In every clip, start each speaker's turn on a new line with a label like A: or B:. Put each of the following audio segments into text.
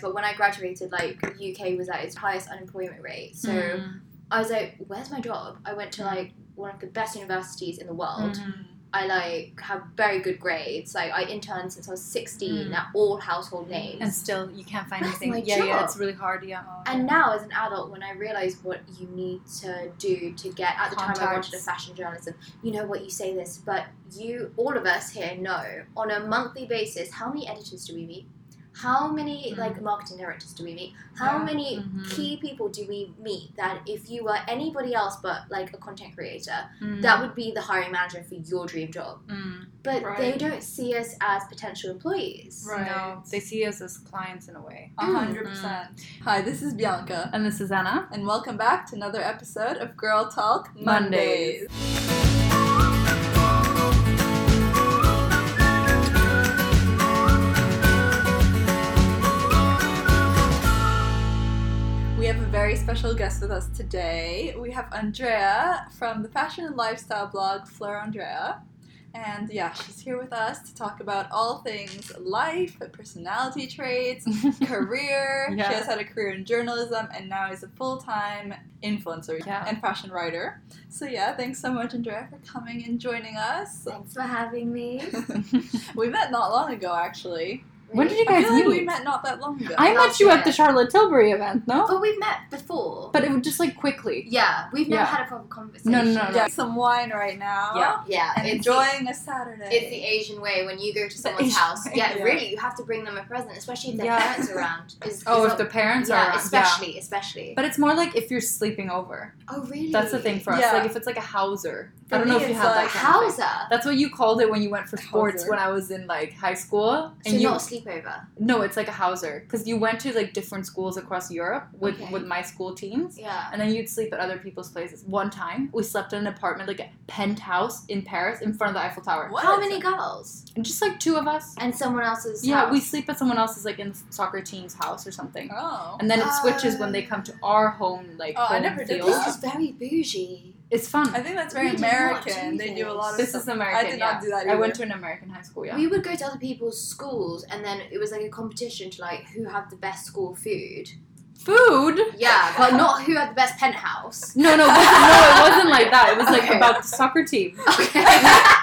A: but when I graduated, like the UK was at its highest unemployment rate. So
B: Mm.
A: I was like, "Where's my job?" I went to like one of the best universities in the
B: Mm.
A: world. I like have very good grades. Like I interned since I was sixteen
B: Mm.
A: at all household names.
B: And still, you can't find
A: That's
B: anything.
A: my
B: yeah, yeah,
A: job.
B: it's really hard. Yeah.
A: And now, as an adult, when I realised what you need to do to get, at the time I
B: Contacts.
A: wanted a fashion journalism, you know what you say this, but you, all of us here know on a monthly basis, how many editors do we meet? How many
B: Mm.
A: like marketing directors do we meet? How
B: Yeah.
A: many
B: Mhm.
A: key
C: Hmm.
A: people do we meet that if you were anybody else but like a content creator,
C: Hmm.
B: Mm.
A: that would be the hiring manager for your dream job?
B: Mm.
A: But they
C: Right.
A: don't see us as potential employees.
C: Right.
B: No, they see us as clients in a way.
C: A hundred percent. Hi, this is Bianca,
B: And this is Anna.
C: and welcome back to another episode of Girl Talk
B: Mondays.
C: Mondays. We have a very special guest with us today. We have Andrea from the fashion and lifestyle blog Fleur Andrea. And yeah, she's here with us to talk about all things life, personality traits, career.
B: Yeah.
C: She has had a career in journalism and now is a full time influencer
B: Yeah.
C: and fashion writer. So, yeah, thanks so much, Andrea, for coming and joining us.
A: Thanks for having me.
C: we met not long ago, actually.
B: When did you
C: I
B: guys
C: feel like we
B: meet?
C: met not that long ago.
B: I met
A: Last
B: you
A: year.
B: at the Charlotte Tilbury event, no?
A: But we've met before.
B: But it was just like quickly.
A: Yeah, we've never
B: Yeah.
A: had a proper conversation.
B: No, no, no.
C: yeah, some wine right now.
B: Yeah.
A: Yeah,
C: And
A: it's
C: enjoying a
A: The,
C: Saturday.
A: it's the Asian way when you go to someone's
C: Asian
A: house.
C: way,
A: Yeah,
C: yeah.
A: really, you have to bring them a present, especially if their
B: Yeah.
A: parents are around. Is,
B: Oh,
A: is
B: if
A: a-
B: the parents
A: yeah,
B: are around.
A: especially, especially.
B: But it's more like if you're sleeping over.
A: oh, really?
B: That's the thing for us.
C: Yeah.
B: Like if it's like a houser.
C: For
B: I don't know
C: me,
B: if you
C: it's
B: have that.
C: like
B: kind of thing.
A: Hauser.
B: That's what you called it when you went for sports
C: Hauser.
B: when I was in like high school.
A: So
B: you
A: not a sleepover.
B: no, it's like a hauser because you went to like different schools across Europe with
A: Okay.
B: with my school teams,
A: Yeah.
B: and then you'd sleep at other people's places. One time we slept in an apartment like a penthouse in Paris in front of the Eiffel Tower.
C: What?
A: How many girls?
B: And just like two of us.
A: And someone else's
B: Yeah,
A: house.
B: we sleep at someone else's like in the soccer team's house or something.
C: Oh.
B: And then it switches when they come to our home, like
C: Oh, I
B: home
C: never did
B: field.
A: This is very bougie.
B: It's fun.
C: I think that's very
A: We did not
C: American.
A: do
C: They do a lot of
B: This
C: stuff.
B: is American.
C: I did
B: yeah.
C: not do that
B: I went
C: either.
B: to an American high school. Yeah.
A: We would go to other people's schools, and then it was like a competition to like who had the best school food.
B: Food.
A: Yeah, but not who had the best penthouse.
B: No, no, it wasn't, no, it wasn't like that. It was like
A: Okay.
B: about the soccer team.
A: Okay.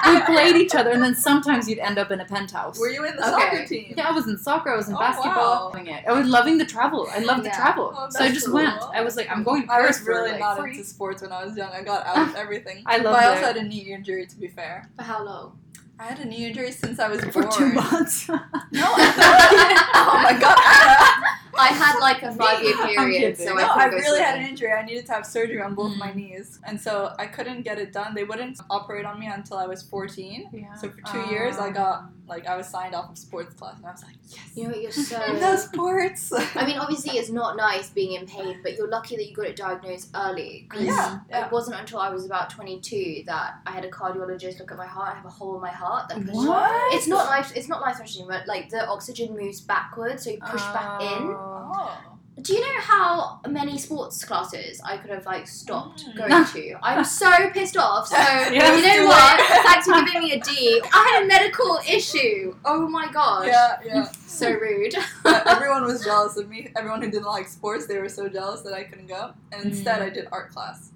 B: We played each other, and then sometimes you'd end up in a penthouse.
C: Were you in the
A: Okay.
C: soccer team?
B: yeah, I was in soccer. I was in
C: Oh,
B: basketball.
C: wow.
B: Loving it. I was loving the travel. I love the
A: Yeah.
B: travel.
C: Oh,
B: so I
C: that's
B: just
C: cool.
B: went. I was like, I'm going to
C: I
B: Paris
C: was
B: for
C: really
B: like
C: not
B: free.
C: into sports when I was young. I got out of everything.
B: I loved
C: But I also
B: it.
C: had a knee injury. To be fair,
A: For how long?
C: I had a knee injury since I was
B: for
C: born.
B: two months.
C: No, I oh my god. Anna.
A: I had like a five year
B: I'm
A: period,
B: kidding.
A: so
C: no,
A: I,
C: I
A: couldn't go
C: really had an
A: swimming.
C: injury. I needed to have surgery on both my
B: Mm.
C: knees, and so I couldn't get it done. They wouldn't operate on me until I was 14.
B: yeah.
C: So for two years, I got like I was signed off of sports class, and I was like, yes,
A: You know, what, you're so.
C: no sports.
A: I mean, obviously, it's not nice being in pain, but you're lucky that you got it diagnosed early. 'cause
C: yeah, yeah.
A: It wasn't until I was about 22 that I had a cardiologist look at my heart. I have a hole in my heart that pushed.
B: What?
A: It's not life. It's not life threatening, but like the oxygen moves backwards, so you push back in.
B: Oh.
C: Oh.
A: Do you know how many sports classes I could have like stopped
C: Mm.
A: going to? I'm so pissed off. So
B: Yeah,
A: you
B: it's
A: know
B: too
A: what?
C: late.
A: Thanks for giving me a D. I had a medical issue. Oh my gosh.
C: Yeah, yeah.
A: So rude.
C: But everyone was jealous of me. Everyone who didn't like sports, they were so jealous that I couldn't go. And instead,
B: Mm.
C: I did art class.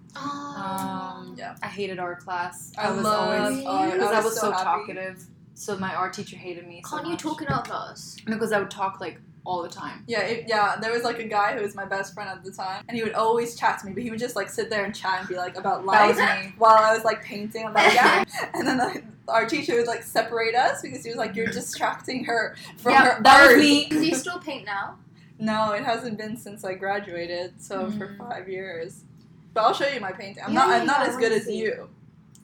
B: Um,
C: Yeah.
B: I hated art class.
C: Oh. I
B: I, was
C: love
B: always
A: art.
B: because
C: I
B: I
C: was
B: was
C: so
B: so,
C: happy.
B: talkative. So my art teacher hated me. so
A: Can't you
B: much.
A: talk in our class?
B: Because I would talk like all the time.
C: Yeah, it, yeah. There was like a guy who was my best friend at the time, and he would always chat to me. But he would just like sit there and chat and be like about
B: That was
C: life
B: me.
C: while I was like painting. I'm like, yeah. and then like, our teacher would like separate us because he was like, you're distracting her from
B: yeah,
C: her
B: that
C: art.
B: was me.
A: Do you still paint now?
C: No, it hasn't been since I graduated, so for
B: Mm.
C: five years. But I'll show you my painting. I'm
A: Yeah,
C: not.
A: yeah,
C: I'm not
A: yeah, I
C: as
A: wanna
C: good as
A: see.
C: you,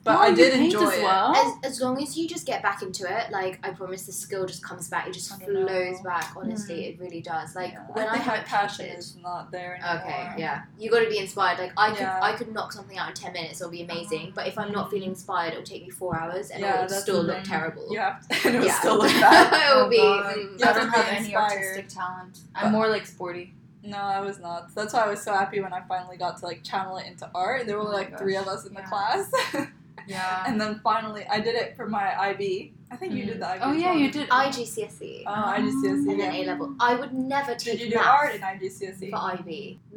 C: but I did enjoy it.
A: As, as long as you just get back into it, like I promise, the skill just comes back. It just
C: I don't know.
A: flows back. Honestly, it really does. Like
C: Hmm. Yeah,
A: when I,
C: think my
A: haven't
C: passion
A: painted-
C: is not there anymore.
A: Okay, yeah. You got to be inspired. Like I could,
C: Yeah.
A: I
C: Uh-huh.
A: could knock something out in ten minutes. It'll be amazing. But if I'm not feeling inspired, it'll take me four hours, and
C: Yeah,
A: it'll
C: that's
A: still
C: the
A: look
B: thing.
A: terrible.
C: You have to, and it was
A: Yeah.
C: still like that.
A: it will
B: Oh,
A: be.
B: God.
A: mm.
C: Yeah.
B: I don't have any
C: Inspired.
B: artistic talent.
C: But-
B: I'm more like sporty.
C: No, I was not. That's why I was so happy when I finally got to like channel it into art. There were
B: Oh my
C: like three
B: gosh.
C: of us in the
B: Yeah.
C: class,
B: Yeah.
C: and then finally I did it for my IB, I think you
B: Mm.
C: did that.
B: Oh yeah, you did.
A: IGCSE.
C: Oh, IGCSE.
A: and then
C: yeah.
A: A level. I would never take
C: Did you do
A: math
C: art in IGCSE?
A: for IB.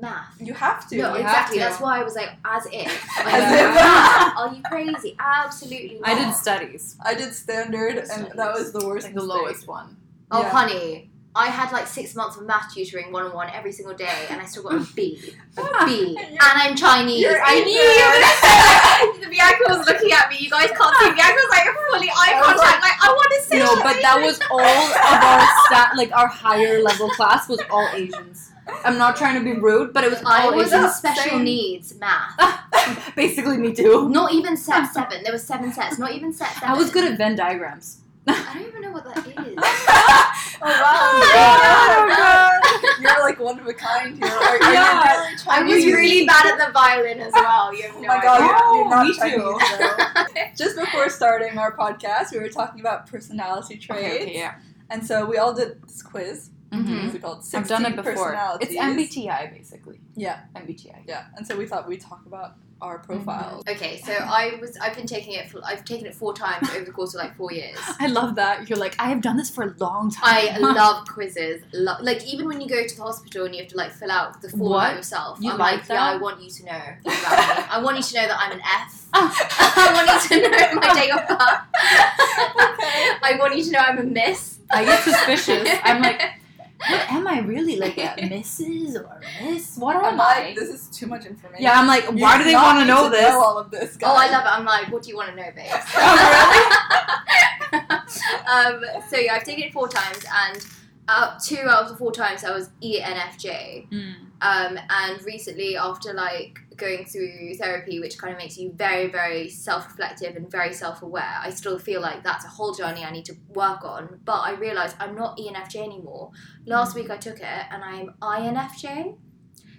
A: Math.
C: E? You have to.
A: no,
B: you have
A: exactly.
B: to.
A: That's why I was like, as if.
C: As
A: Like,
B: if.
A: math? Are you crazy? Absolutely not.
B: I did studies.
C: I did standard, and that was the worst.
B: Like the
C: mistake.
B: lowest one.
A: Oh,
C: Yeah.
A: honey. I had like six months of math tutoring one on one every single day, and I still got a B. A B.
C: You're-
A: and I'm Chinese.
C: you're
A: I knew you were going to say that. Bianca was looking at me. You guys can't see. Bianca was like fully eye
C: I was
A: contact. Like, I want to say
B: No, but that was all of our sta- like our higher level class was all Asians. I'm not trying to be rude, but it was all
A: I was in
B: Asians.
A: special
C: Same.
A: needs math.
B: Basically, me too.
A: Not even set seven. There were seven sets. Not even set seven.
B: Oh. I was good at Venn diagrams.
A: I don't even know what that is.
C: oh wow!
A: Yeah.
C: You're like one of a kind. You're like, are you
B: Yeah.
C: really
A: I
C: Chinese?
A: was really bad at the violin as well. You have
C: Oh
A: no
C: my god,
A: idea.
C: you're, you're
B: Oh,
C: not
B: me too.
C: Chinese though. Just before starting our podcast, we were talking about personality traits,
B: Okay, okay, yeah.
C: and so we all did this quiz.
B: Mhm.
C: What's it called? 16
B: I've done it before.
C: Personalities.
B: It's MBTI basically.
C: Yeah.
B: MBTI.
C: Yeah, and so we thought we'd talk about our
B: Mm-hmm.
C: profiles.
A: Okay, so I was. I've been taking it. For, I've taken it four times over the course of like four years.
B: I love that. You're like, I have done this for a long time.
A: I love quizzes. Lo- like even when you go to the hospital and you have to like fill out the form
B: What?
A: yourself.
B: You
A: I'm
B: like
A: like, yeah,
B: that?
A: I want you to know about me.
C: Oh
A: I want you to know that I'm an F. I want you to know my day of birth.
C: Okay.
A: I want you to know I'm a Miss.
B: I get suspicious. I'm like, what am I really like a Mrs. or Miss? What
C: I'm
B: am
C: like,
B: I?
C: this is too much information.
B: Yeah, I'm like,
C: You
B: why do they
C: not
B: want to
C: need
B: know this?
C: all of this,
A: Oh, I
C: guys.
A: love it. I'm like, what do you want to know, babe?
B: Oh,
A: um, so yeah, I've taken it four times, and uh, two out of the four times I was E ENFJ. Um, and recently, after like going through therapy, which kind of makes you very, very self-reflective and very self-aware, I still feel like that's a whole journey I need to work on. But I realised I'm not E ENFJ anymore. Last week I took it, and I'm INFJ.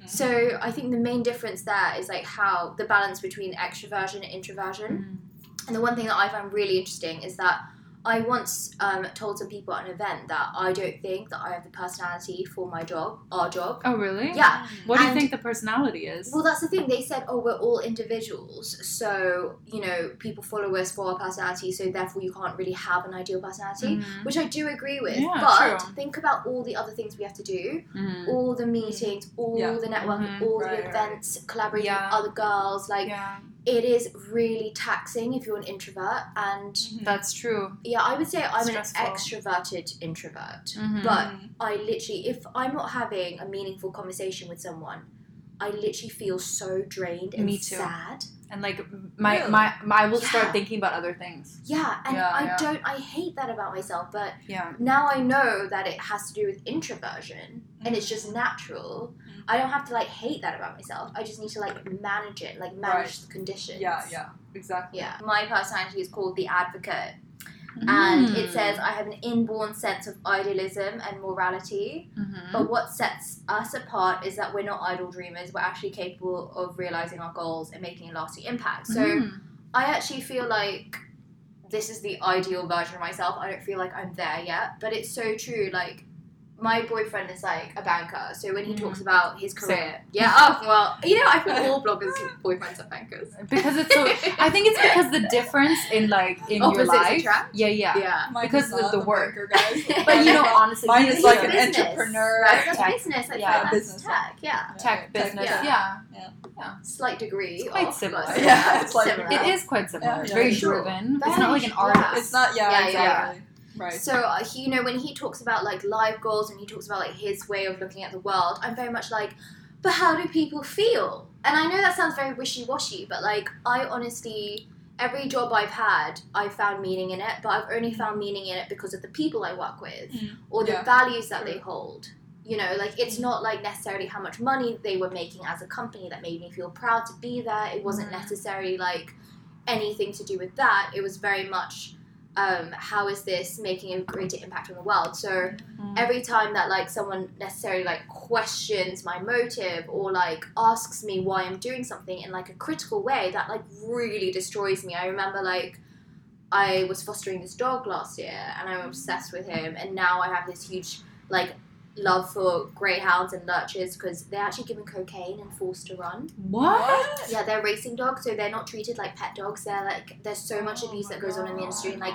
A: So I think the main difference there is like how the balance between extroversion and introversion. And the one thing that I found really interesting is that I once um, told some people at an event that I don't think that I have the personality for my job, our job.
B: Oh, really?
A: Yeah.
B: What do you
A: And-
B: think the personality is?
A: Well, that's the thing. They said, oh, we're all individuals. So, you know, people follow us for our personality. So, therefore, you can't really have an ideal personality,
B: Mhm.
A: which I do agree with.
B: Yeah,
A: but
B: true.
A: think about all the other things we have to do
B: Mhm.
A: all the meetings,
B: Mm-hmm.
A: all
C: Yeah.
A: the networking,
B: Mhm.
A: all
C: Right,
A: the
C: right.
A: events, collaborating
B: Yeah.
A: with other girls. Like,
B: yeah,
A: it is really taxing if you're an introvert. And
B: that's true.
A: yeah, I would say I'm
B: Stressful.
A: an extroverted introvert.
B: Mhm.
A: But I literally, if I'm not having a meaningful conversation with someone, I literally feel so drained and
B: Me too.
A: sad.
B: and like my,
C: Really?
B: my my I will start
A: Yeah.
B: thinking about other things.
A: Yeah, and
B: Yeah,
A: I
B: yeah.
A: don't, I hate that about myself, but
B: Yeah.
A: now I know that it has to do with introversion and it's just natural.
C: Mhm.
A: I don't have to like hate that about myself. I just need to like manage it, like manage
C: Right.
A: the conditions.
C: yeah, yeah, exactly.
A: Yeah. My personality is called the advocate, and
B: Mm.
A: it says I have an inborn sense of idealism and morality.
B: Mhm.
A: But what sets us apart is that we're not idle dreamers. We're actually capable of realizing our goals and making a lasting impact. So
B: Mhm.
A: I actually feel like this is the ideal version of myself. I don't feel like I'm there yet, but it's so true. Like my boyfriend is like a banker, so when he
B: Mhm.
A: talks about his
B: Same.
A: career, yeah, oh well, you know, I think all bloggers' boyfriends are bankers.
B: because it's so. I think it's because the difference in like in your
A: Opposites
B: life.
A: attract?
B: Yeah, yeah,
A: Yeah,
C: Mine
B: Because
C: is
B: of
C: not
B: the work.
C: banker, guys.
B: But you know, honestly,
C: Mine
B: he
C: is
B: is
C: like
B: a
C: an
B: business.
A: business,
C: entrepreneur.
A: Right, that's
B: Tech.
A: business. Like,
B: Yeah,
A: yeah, that's
C: business.
A: tech. Yeah,
B: tech business.
A: yeah.
B: Yeah.
A: slight degree.
B: It's quite
A: off,
B: similar.
A: but
C: Yeah, it's like-
A: similar.
B: It is quite similar.
C: Yeah,
B: it's
C: yeah.
B: very
A: Sure.
B: driven. It's
A: Very
B: not like an
A: sure.
B: artist.
C: It's not, yeah,
A: Yeah, yeah,
C: exactly. Right.
A: So uh, he, you know, when he talks about like live goals and he talks about like his way of looking at the world, I'm very much like, but how do people feel? And I know that sounds very wishy washy, but like I honestly, every job I've had, I found meaning in it, but I've only found meaning in it because of the people I work with
C: Mm.
A: or the
C: Yeah.
A: values that
C: True. Mm.
A: they hold. You know, like it's not like necessarily how much money they were making as a company that made me feel proud to be there. It wasn't
C: Mm.
B: Mhm.
A: necessarily like anything to do with that. It was very much um, how is this making a greater impact on the world? So
B: Mhm.
A: every time that like someone necessarily like questions my motive or like asks me why I'm doing something in like a critical way, that like really destroys me. I remember like I was fostering this dog last year and I'm obsessed with him, and now I have this huge like love for greyhounds and lurchers because they're actually given cocaine and forced to run.
B: What?
A: Yeah, they're racing dogs, so they're not treated like pet dogs. They're like there's so much
C: Oh
A: abuse
C: my
A: that goes on in the industry, and like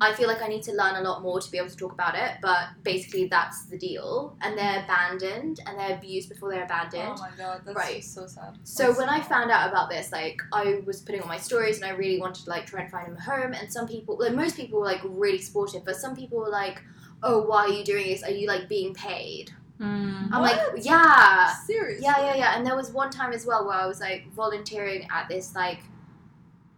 A: I feel like I need to learn a lot more to be able to talk about it, but basically that's the deal. And they're abandoned and they're abused before they're abandoned.
C: Oh my god, that's
A: Right.
C: so sad.
A: So when I found out about this, like I was putting on my stories and I really wanted to like try and find him a home. And some people, like most people, were like really supportive, but some people were like, "Oh, why are you doing this? Are you like being paid?"
B: Hmm.
A: I'm like,
C: What?
A: "Yeah,
C: seriously,
A: yeah, yeah, yeah." And there was one time as well where I was like volunteering at this like,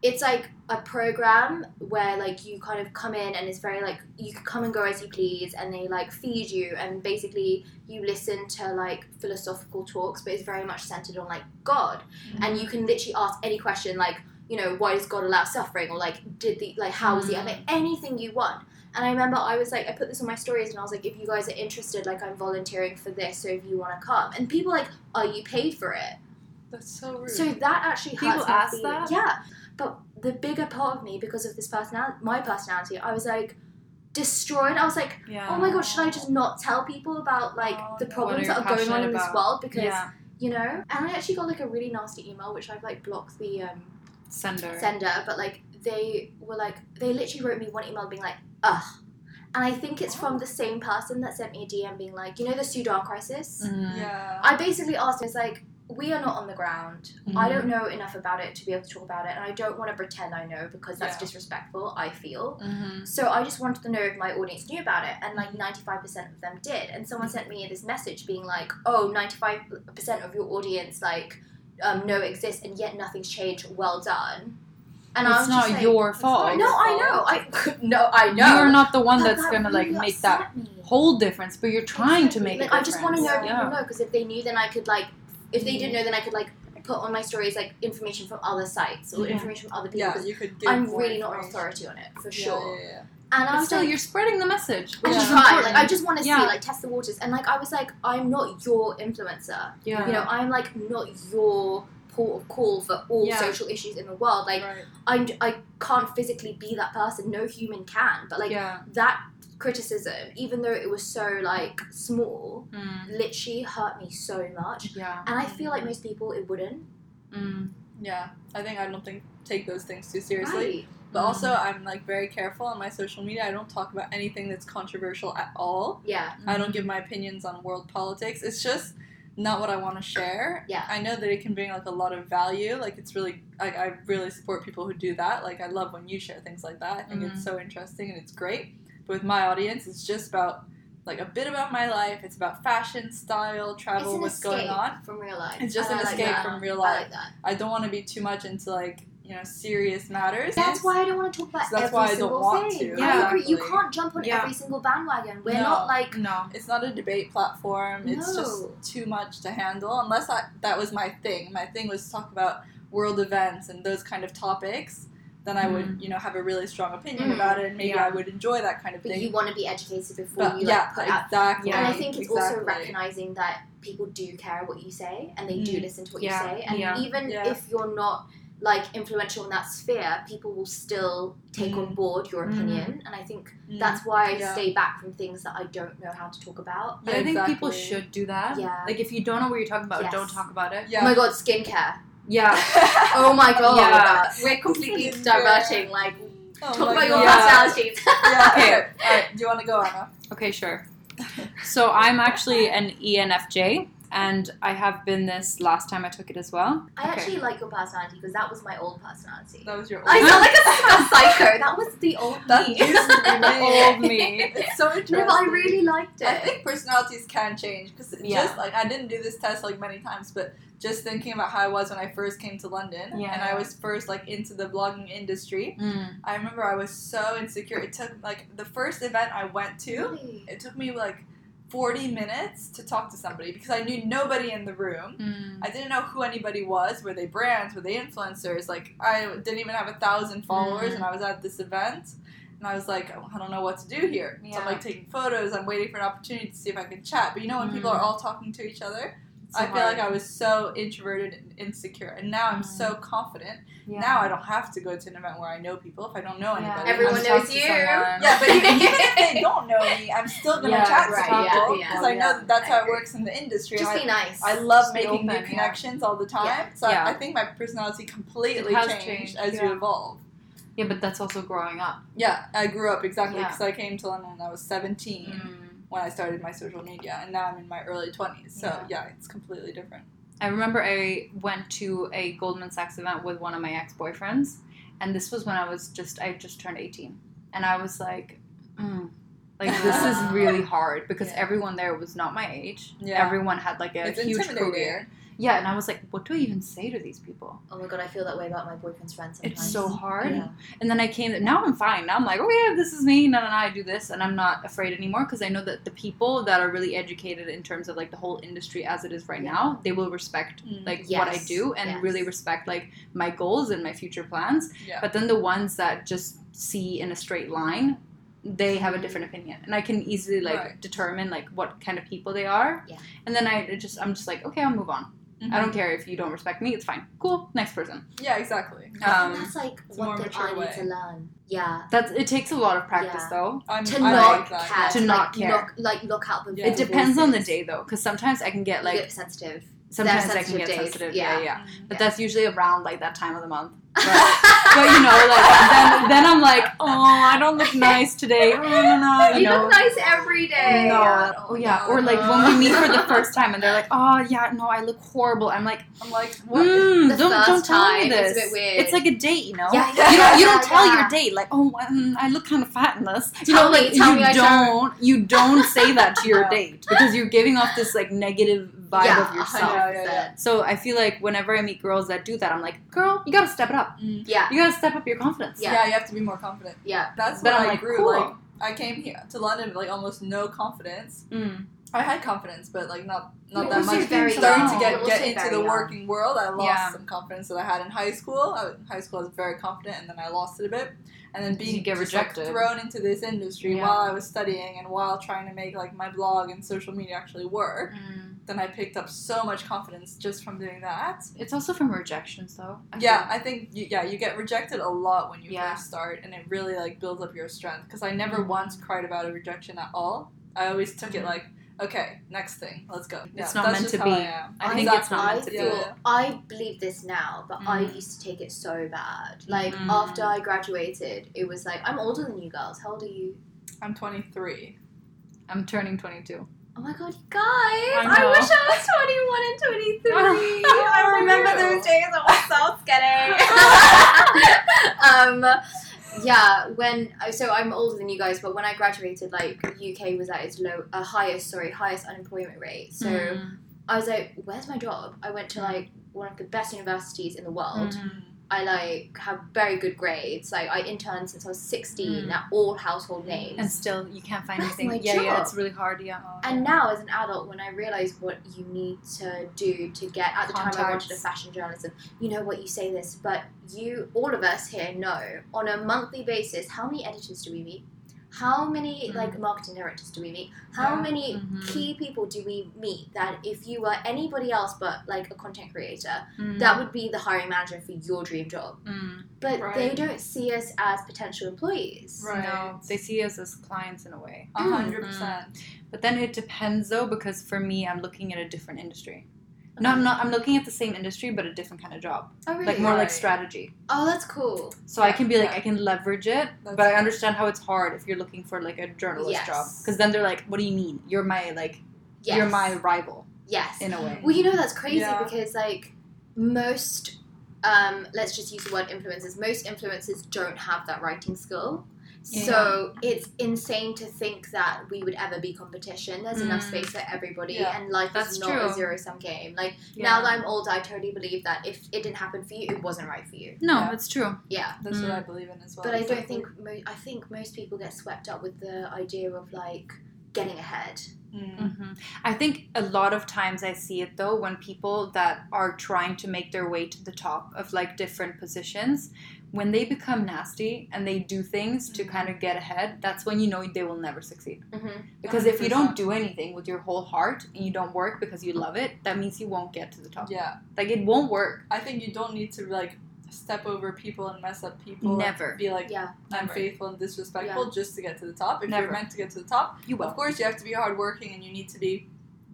A: it's like a program where like you kind of come in and it's very like you can come and go as you please, and they like feed you and basically you listen to like philosophical talks, but it's very much centered on like God and you can literally ask any question like you know why does god allow suffering or like did the like how is he
C: Mm.
A: like anything you want and i remember i was like i put this on my stories and i was like if you guys are interested like i'm volunteering for this so if you want to come and people like are uh, you paid for it
C: That's so rude.
A: so that actually
B: People
A: hurts my
B: ask
A: feelings.
B: that?
A: yeah but the bigger part of me because of this personality my personality i was like destroyed i was like
B: Yeah.
A: oh my god should i just not tell people about like
C: Oh,
A: the
C: no.
A: problems
B: What
A: that
B: are you
A: are going on
B: passionate
A: in this
B: about?
A: world because
B: yeah.
A: you know and i actually got like a really nasty email which i've like blocked the um
B: Sender.
A: sender, but like they were like they literally wrote me one email being like, ugh. And I think it's from the same person that sent me a DM being like, you know, the Sudan
B: Mm.
A: crisis.
B: Hmm.
C: yeah.
A: I basically asked, it's like we are not on the ground. I
B: Mm-hmm.
A: don't know enough about it to be able to talk about it, and I don't want to pretend I know because that's
C: Yeah.
A: disrespectful. I feel.
B: Mm-hmm.
A: So I just wanted to know if my audience knew about it, and like 95% of them did. And someone sent me this message being like, oh, 95% of your audience like um, know it exists, and yet nothing's changed. Well done. And I
B: it's
A: was
B: not
A: just like,
B: your
C: not
B: fault.
A: No, I know. I no, I know.
B: You're not the one
A: But
B: that's
A: that
B: gonna like
A: really
B: make that
A: upset me.
B: whole difference, but you're trying to make
A: Like,
B: a
A: I just want to know if
B: difference.
A: people
B: Yeah.
A: know because if they knew, then I could like. If they didn't know, then I could like put on my stories like information from other sites or
B: Yeah.
A: information from other people.
C: yeah,
A: because
C: you could give
A: I'm
C: more
A: really not an
C: information.
A: authority on it for
C: Yeah,
A: sure.
C: Yeah, yeah,
A: And I
B: But
A: was
B: still,
A: like,
B: you're spreading the message.
A: I
B: which
A: just
B: is
C: Yeah.
A: tried.
B: important.
A: Like I just want to
B: Yeah.
A: see, like test the waters. And like I was like, I'm not your influencer.
B: yeah.
A: You know, I'm like not your port of call for all
B: Yeah.
A: social issues in the world. Like
C: right.
A: I'm, I can't physically be that person. No human can. But like
B: yeah.
A: that criticism, even though it was so like small,
C: Hmm.
B: Mm.
A: literally hurt me so much.
B: Yeah.
A: And I feel like most people it wouldn't.
B: Mm.
C: Yeah, I think I don't think take those things too seriously.
A: Right. Mm.
C: But also, I'm like very careful on my social media. I don't talk about anything that's controversial at all.
A: Yeah.
C: I don't give my opinions on world politics. It's just not what I want to share.
A: Yeah.
C: I know that it can bring like a lot of value. Like it's really like I really support people who do that. Like I love when you share things like that. I think
A: Mm-hmm.
C: it's so interesting and it's great. But with my audience, it's just about like a bit about my life. It's about fashion, style,
A: It's
C: travel,
A: an
C: what's
A: escape
C: going on.
A: from real life.
C: It's just
A: And
C: an
A: I like
C: escape
A: that.
C: from real
A: I
C: life.
A: like that.
C: I don't want to be too much into like, you know, serious matters.
A: That's why I don't want to talk about
C: So that's
A: every
C: why I don't
A: single
C: want
A: thing.
C: to.
A: I agree. You
C: Exactly.
A: can't jump on
B: Yeah.
A: every single bandwagon. We're
C: No.
A: not like
B: No.
C: It's not a debate platform. It's just
A: No.
C: too much to handle. Unless I, that was my thing. My thing was to talk about world events and those kind of topics. Then I would, you know, have a really strong opinion
A: Mm.
C: about it, and maybe
B: Yeah.
C: I would enjoy that kind of
A: but
C: thing.
A: you want to be educated before
C: but
A: you like
C: yeah,
A: put out
C: exactly.
B: Yeah.
A: And I think it's also
C: exactly.
A: recognizing that people do care what you say and they do
C: Mm.
A: listen to what
B: Yeah.
A: you say. And
B: Yeah.
A: even
C: Yeah.
A: if you're not like influential in that sphere, people will still take on board your
B: Mm.
A: opinion. And I think
C: Mm.
A: that's why I
C: Yeah.
A: stay back from things that I don't know how to talk about.
B: But I think people
C: Exactly.
B: should do that.
A: Yeah.
B: Like if you don't know what you're talking about,
A: Yes.
B: don't talk about it.
A: Oh my
C: yeah.
A: god, skincare.
B: Yeah.
A: Oh my god.
B: Yeah.
A: We're completely
C: Skincare.
A: diverting. Like,
C: Oh
A: talk
C: my
A: about your
C: God.
A: personalities.
C: Yeah.
B: Okay.
C: Okay. All right. Do you want to go, Anna?
B: Okay, sure. So I'm actually an E ENFJ, and I have been this last time I took it as well.
A: I actually like your personality because that was my old personality.
C: That was your.
A: I
C: old-
A: sound like a, a psycho. That was the old
C: That
A: me.
C: used to be me.
B: Old me.
C: It's so interesting.
A: No, but I really liked it.
C: I think personalities can change because
B: Yeah.
C: just like I didn't do this test like many times, but just thinking about how I was when I first came to London
B: Yeah.
C: and I was first like into the blogging industry,
B: Mm.
C: I remember I was so insecure. It took like the first event I went to,
A: Really?
C: it took me like 40 minutes to talk to somebody because I knew nobody in the room.
B: Hmm.
C: I didn't know who anybody was. Were they brands? Were they influencers? Like I didn't even have a thousand followers,
B: Mhm.
C: and I was at this event, and I was like, "Oh, I don't know what to do here. So
B: Yeah.
C: I'm like taking photos. I'm waiting for an opportunity to see if I can chat. But you know, when people
B: Mm.
C: are all talking to each other,
B: So
C: I feel
B: hard. Hmm.
C: like I was so introverted and insecure, and now I'm so confident.
B: Yeah.
C: Now I don't have to go to an event where I know people if I don't know
B: Yeah.
C: anybody.
A: Everyone
C: I'm
B: Just
A: knows
B: talk to
A: you.
B: someone.
C: yeah, but even, even if they don't know me, I'm still gonna
B: Yeah,
C: chat
A: right,
C: to
A: yeah,
C: people because
A: yeah,
C: I
B: yeah.
C: know that that's
A: I
C: how it
A: agree.
C: works in the industry.
A: Just
C: and I
A: be nice.
C: I love
B: Just be
C: making new
B: open, yeah.
C: connections all the time.
A: Yeah.
C: So I-
B: Yeah.
C: I think my personality completely
B: It has
C: changed,
B: changed,
C: as
B: yeah.
C: you evolve.
B: Yeah, but that's also growing up.
C: Yeah, I grew up exactly
B: Yeah.
C: because I came to London when I was 17 when I started my social media, and now I'm in my early 20s. So
B: Yeah.
C: yeah, it's completely different.
B: I remember I went to a Goldman Sachs event with one of my ex boyfriends, and this was when I was just I just turned eighteen, and I was like, mm, like this is really hard because
C: Yeah.
B: everyone there was not my age.
C: Yeah.
B: Everyone had like a
C: it's
B: huge
C: intimidating.
B: career. Yeah, and I was like, what do I even say to these people?
A: Oh my god, I feel that way about my boyfriend's friends sometimes.
B: It's so hard.
A: Yeah.
B: And then I came. Now I'm fine. Now I'm like, oh yeah, this is me. No, no, no. I do this, and I'm not afraid anymore because I know that the people that are really educated in terms of like the whole industry as it is right
A: Yeah.
B: now, they will respect
C: Mm.
B: like
A: Yes.
B: what I do and
A: Yes.
B: really respect like my goals and my future plans.
C: Yeah.
B: But then the ones that just see in a straight line, they have a
A: Mm-hmm.
B: different opinion, and I can easily like
C: Right.
B: determine like what kind of people they are.
A: Yeah. Mm-hmm.
B: And then I it just I'm just like, okay, I'll move on. I don't care if you don't respect me. It's fine. Cool. Next person.
C: Mm-hmm. Yeah, exactly.
A: I
B: Um,
A: think that's like
C: it's a
A: one
C: more
A: thing I
C: mature
A: need to
C: way.
A: learn. Yeah.
B: That's it takes a lot of practice
A: Yeah.
B: though.
C: I'm,
A: To
C: Mm, I
A: not
C: like that.
A: care.
B: To not
A: like,
B: care.
A: Knock, like look out the.
C: Yeah.
B: It depends on the day though, because sometimes I can get
A: Like
B: like
A: sensitive.
B: sometimes
A: There are
B: I can
A: sensitive
B: get
A: days,
B: sensitive. Yeah, yeah.
C: Yeah.
B: But that's usually around like that time of the month. But, but you know, like then, then I'm like, oh, I don't look nice today. Oh, no, no, you,
A: you
B: know.
A: look nice every day.
B: No.
A: Yeah.
B: Oh yeah. Or like when we meet for the first time and they're like, oh yeah, no, I look horrible. I'm like,
C: I'm like, what?
B: mm,
A: The
B: don't don't
A: first
B: tell
A: time,
B: me this.
A: it's a bit weird.
B: like a date, you know.
A: Yeah,
B: You don't, you
A: yeah,
B: don't tell
A: yeah.
B: your date like, oh, mm, I look kind of fat in this. You
A: Tell
B: know,
A: me,
B: like
A: tell
B: you
A: me I
B: don't, you don't say that to your
C: No.
B: date because you're giving off this like negative vibe
A: yeah,
B: of
A: a
B: yourself.
A: hundred
C: Yeah, yeah,
A: percent.
B: So I feel like whenever I meet girls that do that, I'm like, girl, you gotta step it up.
C: Mm.
A: Yeah,
B: You gotta step up your confidence.
A: Yeah.
C: Yeah. you have to be more confident.
A: yeah.
C: That's
B: Then
C: what
B: I'm
C: I
B: like,
C: grew.
B: cool.
C: Like, I came here to London with like almost no confidence.
B: Mm.
C: I had confidence, but like not not
A: You're
C: that
A: also
C: much.
A: very
C: Starting
B: young.
C: to get
A: You're
C: get
A: also
C: into
A: very
C: the
A: young.
C: working world, I lost
B: Yeah.
C: some confidence that I had in high school. I, in high school, I was very confident, and then I lost it a bit. And then being
B: You get
C: just, like,
B: rejected.
C: thrown into this industry
B: Yeah.
C: while I was studying and while trying to make like my blog and social media actually work,
B: Mm.
C: then I picked up so much confidence just from doing that.
B: It's also from rejections, though. I
C: Yeah, I think you, yeah, you get rejected a lot when you
B: Yeah. Mm-hmm.
C: first start, and it really like builds up your strength. Because I never once cried about a rejection at all. I always took it
B: Mhm.
C: like, okay, next thing, let's go. Yeah,
B: It's not
C: that's
B: meant
C: just
B: to
C: how
B: be.
C: I am.
B: I think it's not
A: I
B: meant to be.
A: thought-
C: Yeah.
A: I believe this now, but I
B: Mm.
A: used to take it so bad. Like
B: Mm.
A: after I graduated, it was like I'm older than you girls. How old are you?
C: I'm 23.
B: feel. I'm turning 22.
A: Oh my god, you guys!
B: I
A: I,
B: know.
A: wish I was 21 and 23.
B: I remember
C: those
A: days. I was so skinny. um, yeah, when so I'm older than you guys, but when I graduated, like UK was at its low, uh, highest, sorry, highest unemployment rate. So
B: Mm.
A: I was like, "Where's my job?" I went to like one of the best universities in the world.
B: Mm-hmm.
A: I like have very good grades. Like I interned since I was 16
B: Mm.
A: at all household names.
B: and still you can't find
A: That's
B: anything.
A: my
B: yeah, yeah,
A: job.
B: it's really hard. Yeah.
A: And now, as an adult, when I realised what you need to do to get, at the time I
B: Contacts.
A: wanted a fashion journalism, you know what, you say this, but you, all of us here know, on a monthly basis, how many editors do we meet? How many
B: Mm.
A: like marketing directors do we meet? How
C: Yeah.
A: many
B: Mhm.
A: key people do we meet that if you were anybody else but like a content creator, that would be the hiring manager for your dream job?
B: Mm.
A: But they
C: Right.
A: don't see us as potential employees.
C: Right.
B: No, they see us as clients in a way.
C: A hundred percent.
B: But then it depends though, because for me, I'm looking at a different industry.
C: Uh-huh.
B: No, no, I'm looking at the same industry, but a different kind of job,
A: Oh, really?
B: like more like
C: Right.
B: strategy.
A: oh, that's cool.
B: So I can be like, I can leverage it,
C: That's
B: but I
C: cool.
B: understand how it's hard if you're looking for like a journalist
A: Yes.
B: job, because then they're like, what do you mean? You're my like,
A: Yes.
B: you're my rival
A: Yes.
B: in a way.
A: Well, you know that's crazy
C: Yeah.
A: because like most, um, let's just use the word influencers. Most influencers don't have that writing skill, so it's insane to think that we would ever be competition. There's enough
B: Mm.
A: space for everybody,
C: Yeah.
A: and life
B: That's
A: is not
B: true.
A: a zero sum game. Like
B: Yeah.
A: now that I'm older, I totally believe that if it didn't happen for you, it wasn't right for you.
B: no,
C: Yeah.
B: it's true.
A: Yeah.
C: That's what
B: Mm.
C: I believe in as well.
A: But I don't
C: exactly.
A: think mo- I think most people get swept up with the idea of like getting ahead.
C: Mm.
B: hmm I think a lot of times I see it though when people that are trying to make their way to the top of like different positions, when they become nasty and they do things to kind of get ahead, that's when you know they will never succeed.
A: Mhm.
B: Because if you don't do
C: 100%.
B: anything with your whole heart and you don't work because you love it, that means you won't get to the top.
C: Yeah,
B: Like it won't work.
C: I think you don't need to like step over people and mess up people. and
B: Never.
C: be like
A: Yeah,
B: Never.
C: unfaithful and disrespectful just to get to the top. If
B: Never.
C: you're meant to get to the top,
B: You
C: of
B: will.
C: course you have to be hardworking and you need to be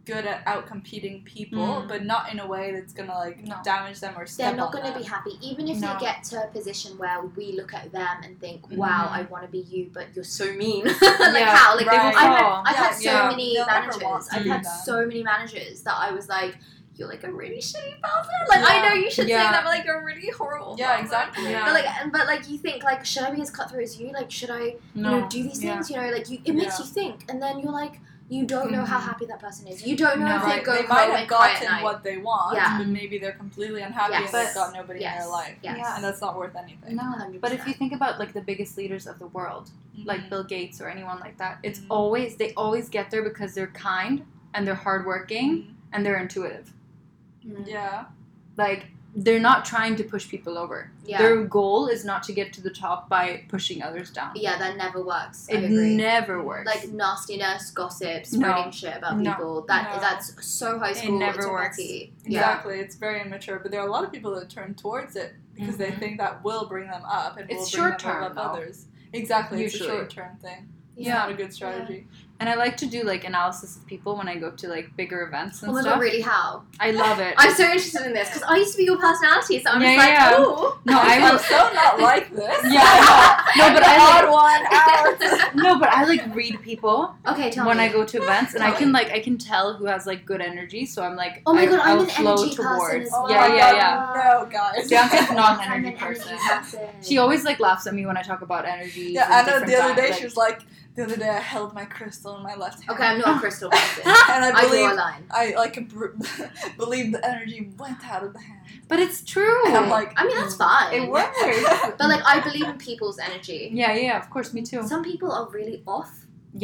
C: good at outcompeting people,
B: Mm.
C: but not in a way that's gonna like
B: No.
C: damage them or step
A: They're not
C: on
A: going to
C: them.
A: be happy, even if
B: No.
A: they get to a position where we look at them and think, "Wow,
B: Mhm.
A: I
C: Mm-hmm.
A: want to be you, but you're so mean." like how? Like
C: right.
A: I've, had,
B: Oh,
A: I've had so
C: yeah, yeah.
A: many
C: They'll never want
A: managers.
C: to
A: I've
B: do
A: had
C: that.
A: so many managers that I was like, "You're like a really shitty bother." Like I
C: Yeah.
A: know you should
B: Yeah.
A: say that, but like you're a really horrible.
C: Yeah,
A: bother."
C: exactly.
B: Yeah.
A: But like, and- but like you think like, should I be as cutthroat as you? Like, should I you know, do these
B: yeah.
A: things, you know, like you, it makes
C: Yeah. Mm-hmm.
A: you think, and then you're like, you don't know how
B: Mhm.
A: happy that person is. You don't know
B: No,
A: if
B: like,
A: they go
C: they
A: home
C: might have
A: and cry at
C: gotten
A: night.
C: what they want,
A: Yeah.
C: but maybe they're completely unhappy
A: Yes.
C: and they've got nobody in
A: Yes.
C: their life.
A: Yes.
C: Yeah, and that's not worth anything.
B: No.
A: 100%.
B: But if you think about like the biggest leaders of the world, like
A: Mm-hmm.
C: Mhm.
B: Bill Gates or anyone like that, it's
C: Mhm.
B: always they always get there because they're kind and they're hardworking
A: Mm-hmm.
B: and they're intuitive. Mm-hmm.
A: Mm.
C: yeah,
B: Like they're not trying to push people over.
A: yeah,
B: Their goal is not to get to the top by pushing others down.
A: yeah, that never works. I
B: It
A: agree.
B: never works.
A: like nastiness, gossip,
B: No.
A: spreading shit about
B: No.
A: people. That
C: No.
A: that's so high school.
B: never
A: it's
B: works.
A: petty. Yeah,
C: exactly. It's very immature, but there are a lot of people that turn towards it because they
A: Mm-hmm.
B: Mhm.
C: think that will bring them up and
B: It's
C: will bring
B: short-term,
C: them
B: though.
C: above others. Exactly, it's a
B: Usually.
C: short term thing. It's
B: Yeah.
C: not a good strategy.
B: and I like to do like analysis of people when I go to like bigger events and
A: Oh my
B: stuff.
A: god, really? How?
B: I love it.
A: I'm so interested in this because I used to be your personality, so I'm
B: Yeah,
A: just like,
B: yeah.
A: oh,
B: no, I
C: I'm
B: will.
C: so not like this.
B: Yeah, I know. No, but I
C: Odd one Oh out.
B: like no, but I like read people
A: okay, tell
B: when
A: me.
B: I go to events, and I
A: Tell
B: can like I can tell who has like good energy, so I'm like
A: Oh my
B: I,
A: god, I'm
B: I'll
A: an
B: flow
A: energy person
B: towards.
A: as well.
B: Yeah,
C: my
B: yeah,
C: God,
B: yeah.
C: No, guys.
B: Oh Bianca's not an
A: I'm
B: energy
A: an
B: person.
A: energy person.
B: She always like laughs at me when I talk about energy.
C: Yeah, I know. The other day she was like, the other day I held my crystal in my left hand.
A: okay, I'm not a crystal person.
C: and I
A: I draw a
C: believe
A: line.
C: I like br- believe the energy went out of the hand.
B: but it's true.
C: And I'm like,
A: I mean, that's fine.
B: it works.
A: But like, I believe in people's energy.
B: yeah, yeah, of course, me too.
A: Some people are really off,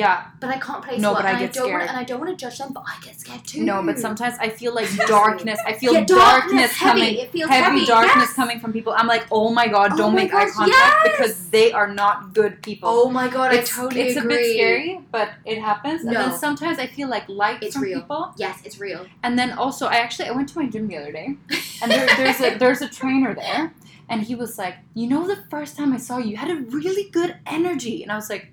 B: Yeah,
A: but I can't place
B: No,
A: what,
B: but I
A: and
B: get
A: don't want
B: scared.
A: to, and I don't want to judge them, but I get scared too.
B: no, but sometimes I feel like
A: Seriously.
B: darkness. I feel
A: yeah,
B: darkness,
A: heavy.
B: coming.
A: It feels
B: Heavy,
A: heavy
B: darkness
A: yes.
B: coming from people. I'm like, oh my god,
A: Oh
B: don't
A: my
B: make eye
A: gosh,
B: contact
A: yes.
B: because they are not good people.
A: Oh my god,
B: it's,
A: I totally
B: it's
A: agree.
B: a bit scary, but it happens. And
A: No.
B: then sometimes I feel like light
A: It's
B: from
A: real.
B: people.
A: Yes, it's real.
B: And then also, I actually I went to my gym the other day, and there, there's a there's a trainer there, and he was like, you know, the first time I saw you, you had a really good energy, and I was like,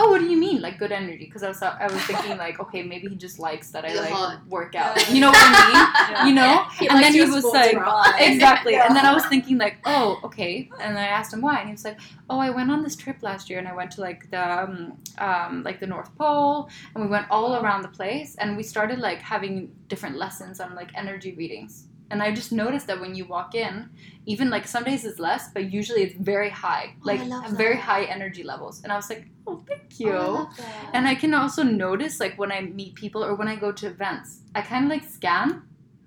B: oh, what do you mean, like good energy? Because I was I was thinking like, okay, maybe he just likes that I
A: You're
B: like
A: hot.
B: work out,
C: Yeah.
B: you know what I mean?
C: Yeah.
B: You know,
A: He
B: and
A: likes
B: then
A: your
B: he was
A: sports
B: like,
A: bra.
B: exactly. And then
C: Yeah.
B: I was thinking like, oh, okay. And I asked him why, and he was like, oh, I went on this trip last year, and I went to like the um, um, like the North Pole, and we went all around the place, and we started like having different lessons on like energy readings. And I just noticed that when you walk in, even like some days it's less, but usually it's very high,
A: Oh, I
B: like
A: love
B: very
A: that.
B: high energy levels. And I was like, oh, thank
A: Oh,
B: you.
A: I love that.
B: And I can also notice, like, when I meet people or when I go to events, I kind of like scan.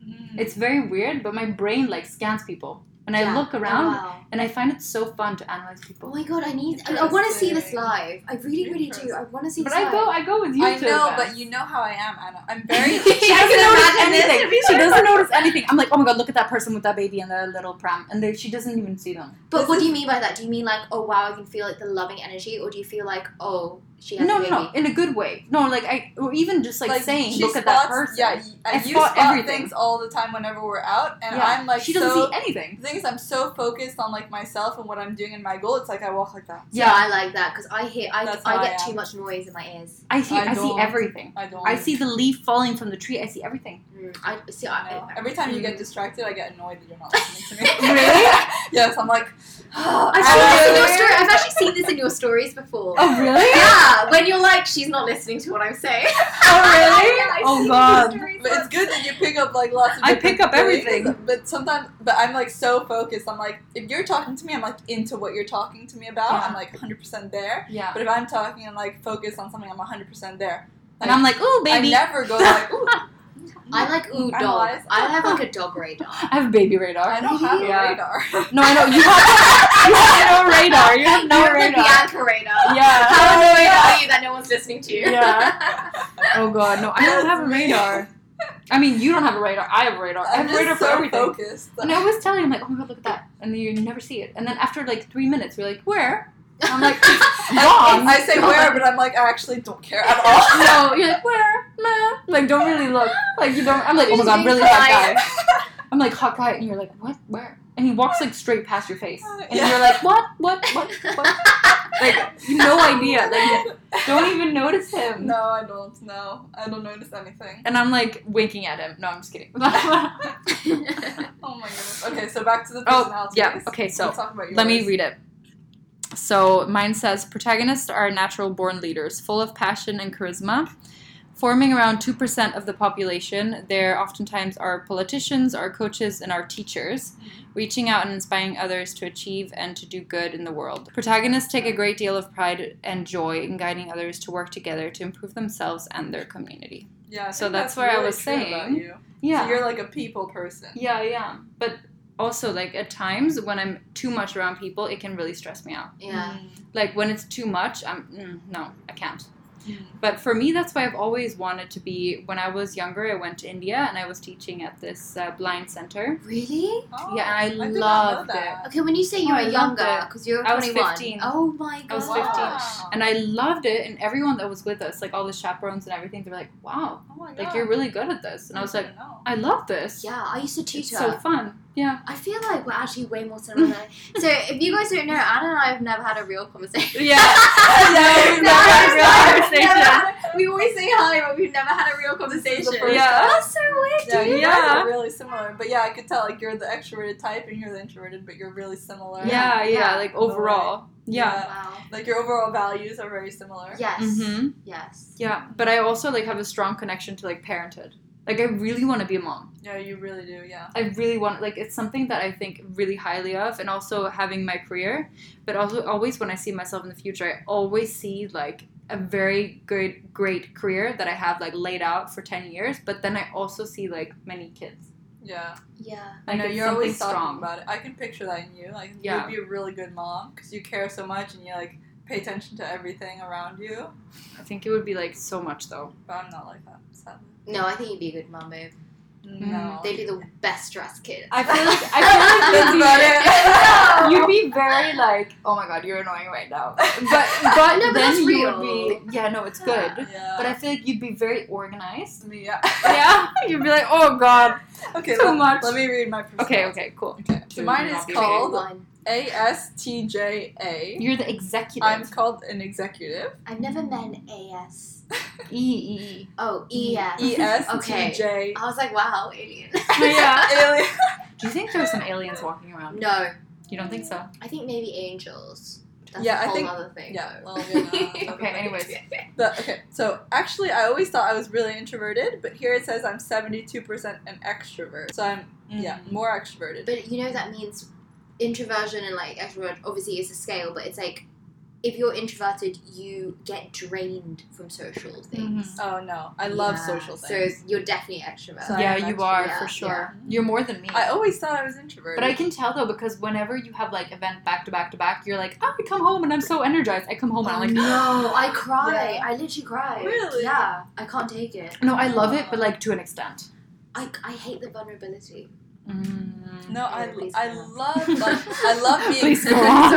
C: mm-hmm.
B: It's very weird, but my brain like scans people. And I
A: Yeah.
B: look around
A: Oh, wow.
B: and I find it so fun to analyze
A: Oh
B: people.
A: my god, I need. I, I want to see this
C: Interesting.
A: live. I really, really do. I want to see
B: But
A: this
B: I go,
A: live.
B: I go with you
C: I
B: to
C: know,
B: events.
C: but you know how I am, Anna. I'm very.
B: She doesn't
A: can
B: notice
A: imagine this
B: anything.
A: to be
B: She
A: like-
B: doesn't notice anything. I'm like, oh my god, look at that person with that baby and their little pram, and they, she doesn't even see them.
A: But
C: This
A: what
C: is-
A: do you mean by that? Do you mean like, oh wow, I can feel like the loving energy, or do you feel like, oh, she has
B: no,
A: a
B: no,
A: baby?
B: no, in a good way. No, like I, or even just like, saying,
C: she
B: look at that
C: spots-
B: person.
C: Yeah, y-
B: I
C: and you
B: spot
C: spot
B: everything.
C: things all the time whenever we're out, and
B: Yeah.
C: I'm like
B: she doesn't
C: so.
B: see anything.
C: the thing is, I'm so focused on like myself and what I'm doing and my goal. It's like I walk like that.
A: Yeah, I like that because I hear I,
C: That's how
A: I
C: I
A: get
C: am.
A: too much noise in my ears.
B: I see,
C: I
B: I, see
C: don't.
B: everything.
C: I don't.
B: I see the leaf falling from the tree. I see everything.
A: Mm, I see.
C: I
A: I,
C: know.
A: I-
C: Every time you get distracted, I get annoyed that you're not listening to me.
B: Mm. Really?
C: yes, I'm like.
A: I've seen this in your story. I've actually seen this in your stories before.
B: Oh really?
A: Yeah, when you're like, she's not listening to what I'm saying.
B: Oh really?
A: Yeah, I
B: oh
A: see
B: god.
A: these stories.
C: But it's good that you pick up like lots of.
B: I
C: different
B: pick up
C: things,
B: everything.
C: but sometimes, but I'm like so focused. I'm like, if you're talking to me, I'm like into what you're talking to me about.
B: Yeah.
C: I'm like 100 percent there.
B: Yeah.
C: But if I'm talking and like focused on something, I'm 100 percent there.
B: And I'm like, ooh,
C: I
B: baby.
C: never go like, ooh,
A: I like ooh
C: I
A: dog.
C: realize-
A: I have like a dog radar.
B: I have baby radar.
C: I don't have
B: Yeah.
C: a radar.
B: No, I know you have, you have no radar. You have no
A: You're the
B: radar.
A: Bianca radar.
B: Yeah.
A: How annoyed are you that no one's listening to you?
B: Yeah. Oh god, no, I don't have a radar. I mean, you don't have a radar. I have a radar. I
C: I'm
B: have a radar
C: just
B: for
C: so
B: everything.
C: focused.
B: And I always tell you, I'm like, oh my god, look at that, and then you never see it. And then after like three minutes, you're like, where? And I'm like,
C: Um,
B: mom.
C: I say where, but I'm like, I actually don't care at all.
B: No, you're like, where? Nah. Like, don't really look. Like, you don't. I'm like, oh my
A: He's
B: god,
A: being
B: really hot
A: polite.
B: guy. I'm like, hot guy, and you're like, what? Where? And he walks like straight past your face, and
C: Yeah.
B: you're like, what? What? What? What? Like no idea. Like don't even notice him.
C: No, I don't. No, I don't notice anything.
B: And I'm like winking at him. No, I'm just kidding.
C: Oh my goodness. Okay, so back to the
B: oh
C: personalities.
B: yeah. Okay, so
C: Let's talk about
B: Let me
C: yours.
B: read it. So mine says protagonists are natural born leaders, full of passion and charisma. Forming around 2% of the population, there oftentimes are politicians, our coaches, and our teachers, reaching out and inspiring others to achieve and to do good in the world. Protagonists take a great deal of pride and joy in guiding others to work together to improve themselves and their community.
C: Yeah. I
B: So
C: think
B: that's
C: that's
B: where I
C: really
B: was
C: true about
B: saying.
C: you. So you're like a people person.
B: yeah, yeah. But also, like, at times when I'm too much around people, it can really stress me out.
A: yeah.
B: like when it's too much i'm mm, no i can't
A: Mm.
B: but for me that's why i've always wanted to be when i was younger i went to india and i was teaching at this uh, blind center
A: Really?
C: Oh,
B: Yeah, I
C: did not know
B: loved it.
C: that.
A: Okay, when you say you
B: Oh, I
A: were
B: loved
A: younger,
B: it.
A: because you were
B: I was
A: 21.
B: 15.
A: Oh my god.
B: I was 15.
C: Wow.
B: and i loved it and everyone that was with us like all the chaperones and everything they were like wow
C: Oh my god.
B: like you're really good at this and i was like i love this
A: Mm. Yeah, I used to tutor.
B: it's so fun yeah
A: I feel like we're actually way more similar. than I- so if you guys don't know, Anna and I have never had a real conversation.
B: no,
A: We've
B: we've never had a real
A: never-
B: conversation.
A: never had- we always say hi, but we've never had a real conversation.
C: first
B: Yeah. time.
A: That's so weird.
C: Yeah, you
A: dude.
C: guys
B: Yeah.
C: are really similar. But yeah, I could tell like you're the extroverted type and you're the introverted, but you're really similar.
B: yeah yeah,
A: Yeah.
B: like overall yeah,
A: Wow.
C: Like your overall values are very similar.
A: Yes.
B: hmm
A: Yes.
B: yeah but i also like have a strong connection to like parenthood like i really want to be a mom
C: Yeah, you really do. Yeah.
B: I really want like it's something that I think really highly of and also having my career but also always when I see myself in the future I always see like a very good great career that I have like laid out for 10 years but then I also see like many kids
C: Yeah.
A: Yeah.
C: I
B: like
C: know
B: it's
C: you're always
B: something
C: talking about it. I can picture that in you. Like
B: Yeah.
C: you'd be a really good mom because you care so much and you like pay attention to everything around you.
B: I think it would be like so much though
C: But I'm not like that. Sadly.
A: No, I think you'd be a good mum, babe.
B: Mm,
C: No.
A: They'd be the best dressed kids.
B: I feel like I feel like
C: That's
B: you'd
C: about
B: be,
C: it.
B: you'd be very like oh my god you're annoying right now but but
A: No, but
B: then
A: that's
B: you
A: real.
B: would be yeah no it's good
C: yeah.
B: but I feel like you'd be very organized
C: Me, yeah.
B: yeah you'd be like oh god
C: okay.
B: so
C: let,
B: much.
C: let me read my.
B: Okay,
C: personality.
B: okay, cool.
C: Okay. So mine is
B: Not be
C: called
A: One.
C: ASTJA.
B: You're the executive.
C: I'm called an executive.
A: I've never met an AS.
B: E E.
A: Oh, ES.
C: E ESTJ.
B: Uh,
A: I was like, wow, alien.
B: Yeah.
C: Alien.
B: Do you think there's some aliens walking around?
A: no,
B: You don't think so?
A: I think maybe angels. That's
C: Yeah,
A: a
C: I
A: whole
C: think-
A: other thing.
C: Yeah.
A: though.
C: well, yeah.
B: Okay. Anyways.
C: The- okay. So actually, I always thought I was really introverted, but here it says I'm 72% an extrovert. So I'm
B: Mm.
C: yeah more
A: Mm-hmm.
C: extroverted.
A: But you know that means introversion and like extrovert obviously is a scale, but it's like if you're introverted, you get drained from social things.
C: Oh no, I love
A: Yeah,
C: social things.
A: So you're definitely extrovert.
C: So-
B: Yeah,
C: I'm
B: you are
A: actually-
B: for
A: yeah,
B: sure.
C: yeah.
B: You're more than me.
C: I always thought I was introverted.
B: but I can tell though because whenever you have like event back to back to back, you're like, oh, I come home and I'm so energized. I come home and I'm like,
A: no, Oh, I cry.
C: Yeah.
A: I literally cry.
C: Really?
A: Yeah, I can't take it.
B: no, I love it, but like to an extent.
A: I, I hate the vulnerability.
B: Mm.
C: No, I,
A: Yeah, please
C: I
A: go on.
C: love like I love being
B: Please go on.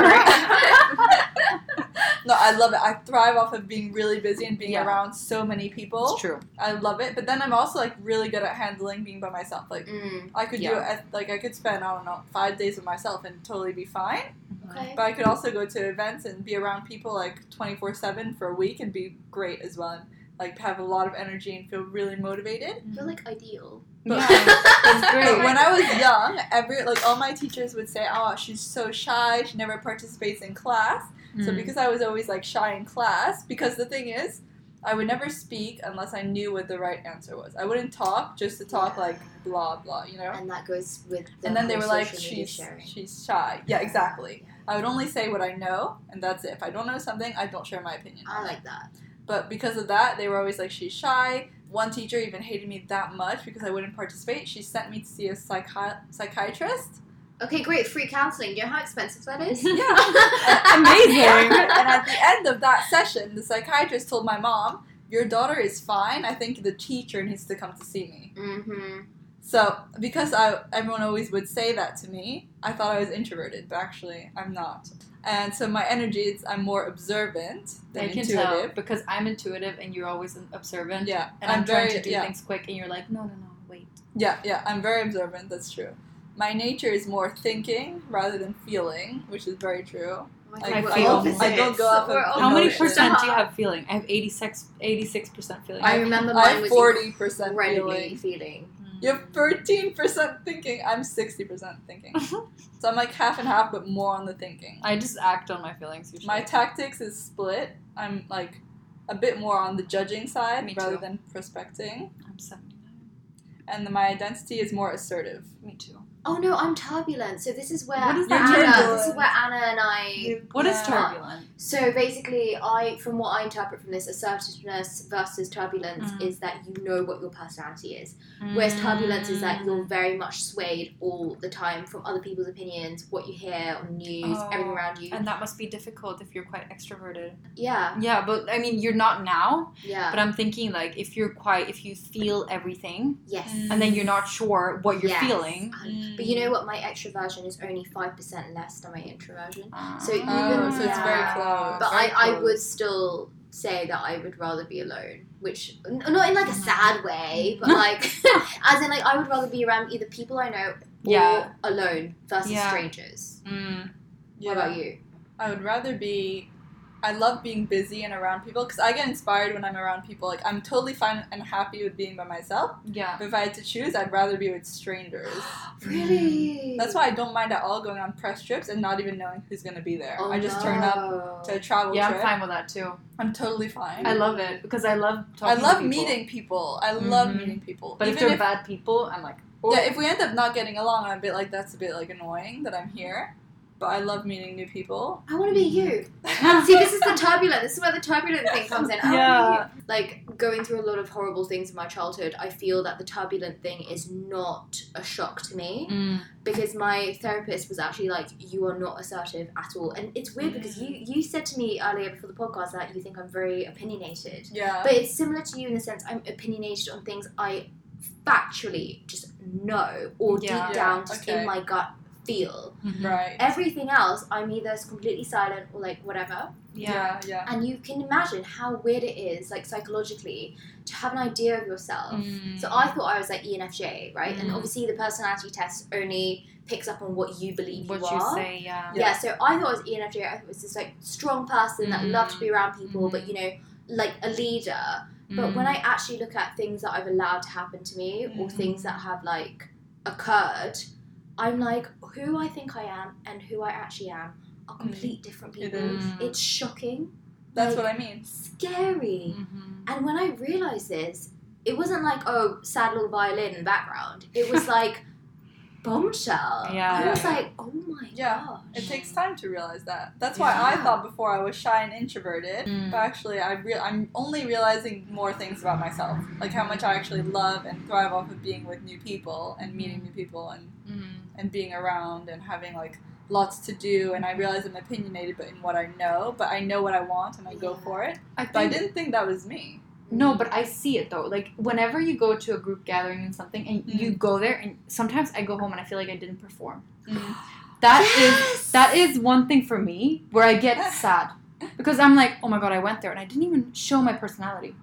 C: no, I love it. I thrive off of being really busy and being
B: Yeah.
C: around so many people.
B: It's true.
C: I love it, but then I'm also like really good at handling being by myself. Like
A: Mm,
C: I could do
B: Yeah.
C: it, like I could spend I don't know five days with myself and totally be fine.
A: okay.
C: But I could also go to events and be around people like twenty four seven for a week and be great as well. And, like have a lot of energy and feel really motivated.
A: I feel like ideal.
B: Yeah,
A: That's
B: it's great.
C: But when I was young, every like all my teachers would say, "Oh, she's so shy. She never participates in class."
B: Mm.
C: So because I was always like shy in class, because the thing is, I would never speak unless I knew what the right answer was. I wouldn't talk just to talk
A: Yeah.
C: like blah blah, you know.
A: and that goes with the
C: and then they
A: whole
C: were like,
A: social media
C: she's
A: sharing.
C: she's shy. Yeah, exactly. I would only say what I know, and that's it. If I don't know something, I don't share my opinion.
A: I like that.
C: But because of that, they were always like, she's shy. One teacher even hated me that much because I wouldn't participate. She sent me to see a psychi- psychiatrist.
A: Okay, great. Free counseling. Do you know how expensive that is?
C: Yeah.
B: Amazing.
C: and at the end of that session, the psychiatrist told my mom, Your daughter is fine. I think the teacher needs to come to see me.
A: mm-hmm.
C: So, because I, everyone always would say that to me, I thought I was introverted, but actually, I'm not. And so, my energy is I'm more observant than
B: I can tell
C: intuitive.
B: because I'm intuitive and you're always observant.
C: Yeah,
B: and I'm,
C: very,
B: trying to do
C: yeah,
B: things quick, and you're like, no, no, no, wait.
C: yeah, yeah, I'm very observant, that's true. My nature is more thinking rather than feeling, which is very true.
A: my
C: I
A: we're
B: feel-
A: all
B: I
A: opposites.
C: don't go up and-
A: We're all
B: How many
A: opposites.
B: percent do you have feeling? I have 86 percent feeling.
A: I remember
C: I
A: mine
C: have
A: was
C: forty percent
A: incredibly
C: feeling.
A: feeling.
B: Mm-hmm.
C: You have thirteen percent thinking. I'm sixty percent thinking. so I'm like half and half, but more on the thinking.
B: I just act on my feelings usually.
C: My tactics is split. I'm like a bit more on the judging side
B: Me
C: rather
B: too.
C: than prospecting,
B: I'm 79.
C: and my identity is more assertive.
B: Me too.
A: Oh no, I'm turbulent. So this is where
B: What is
A: Anna,
B: that?
A: this is
C: Turbulent.
A: where Anna and I.
B: What is
C: Yeah.
B: turbulent?
A: So basically, I from what I interpret from this, assertiveness versus turbulence
B: Mm.
A: is that you know what your personality is. Whereas turbulence is that
B: Mm.
A: you're very much swayed all the time from other people's opinions, what you hear on news,
B: Oh.
A: everything around you.
B: And that must be difficult if you're quite extroverted.
A: yeah,
B: Yeah, but I mean, you're not now.
A: yeah,
B: But I'm thinking like if you're quite, if you feel everything,
A: yes.
C: Mm.
B: and then you're not sure what you're
A: Yes.
B: feeling.
A: But you know what? My extroversion is only five percent less than my introversion. So even-
B: Ah.
C: Oh, so it's very
B: yeah.
C: close.
A: But
C: very
A: I, I
C: close.
A: would still say that I would rather be alone, which n- not in like a
C: Mm-hmm.
B: Mhm.
A: sad way, but like as in like I would rather be around either people I know or
B: Yeah.
A: alone versus
B: Yeah.
A: strangers.
B: Mm.
C: Yeah.
A: What about you?
C: I would rather be. I love being busy and around people because I get inspired when I'm around people. Like I'm totally fine and happy with being by myself.
B: Yeah.
C: But if I had to choose, I'd rather be with strangers.
A: Really?
C: Mm. That's why I don't mind at all going on press trips and not even knowing who's gonna be there.
A: Oh,
C: I just turn up
A: no.
C: to a travel
B: Yeah, I'm
C: trip.
B: fine with that too.
C: I'm totally fine.
B: I love it because I love
C: I
B: talking. to
C: love
B: people.
C: meeting people. I love
B: Mhm.
C: meeting people.
B: But if
C: even
B: they're bad people, I'm like, oh,
C: yeah, if we end up not getting along, I'm a bit like that's a bit like annoying that I'm here. But I love meeting new people.
A: I want to be you. See, this is the turbulent. This is where the turbulent thing comes in. I wanna be you. Like going through a lot of horrible things in my childhood, I feel that the turbulent thing is not a shock to me.
B: Mm.
A: because my therapist was actually like, "You are not assertive at all," and it's
C: Mm.
A: weird because you you said to me earlier before the podcast that you think I'm very opinionated,
C: yeah.
A: but it's similar to you in the sense I'm opinionated on things I factually just know or
B: Yeah.
A: deep
C: Yeah,
A: down just
C: okay.
A: in my gut feel.
C: right.
A: Everything else, I'm either completely silent or like whatever.
B: Yeah.
C: yeah. yeah.
A: And you can imagine how weird it is, like psychologically, to have an idea of yourself. So I thought I was like E ENFJ, right? And
B: Mm.
A: obviously the personality test only picks up on what you believe
B: what
A: you
B: you
A: are.
B: say, yeah.
A: Yeah. so I thought I was ENFJ. I thought it was this like strong person that
B: Mm.
A: loved to be around people,
C: Mm-hmm.
B: Mm.
A: but you know, like a leader. But when I actually look at things that I've allowed to happen to me or
C: Mm.
A: things that have like occurred, I'm like, who I think I am and who I actually am are complete different
C: Mm. It
A: people.
C: is.
B: Mm.
A: It's shocking,
C: That's
A: Like-
C: what I Mm-hmm. mean.
A: scary.
B: Mhm.
A: And when I realized this, it wasn't like, oh, sad little violin in the background. It was like, bombshell.
B: Yeah.
A: I was
C: Yeah.
A: like, oh my
C: Yeah.
A: god.
C: It
B: Mhm.
C: takes time to realize that. That's why I
A: Yeah.
C: thought before I was shy and introverted,
B: Mm.
C: but actually I re- I'm only realizing more things about myself, like how much I actually love and thrive off of being with new people and meeting new people and
B: Mm.
C: and being around and having like lots to do. And I realize I'm opinionated, but in what I know, but I know what I want and I go
A: Yeah.
C: for it.
B: I
C: But I
B: think
C: didn't think that was me.
B: No, but I see it though. Like whenever you go to a group gathering and something, and
C: Mm.
B: you go there, and sometimes I go home and I feel like I didn't perform.
C: Mm.
B: That is
A: Yes!
B: that is one thing for me where I get sad because I'm like, oh my god, I went there and I didn't even show my personality,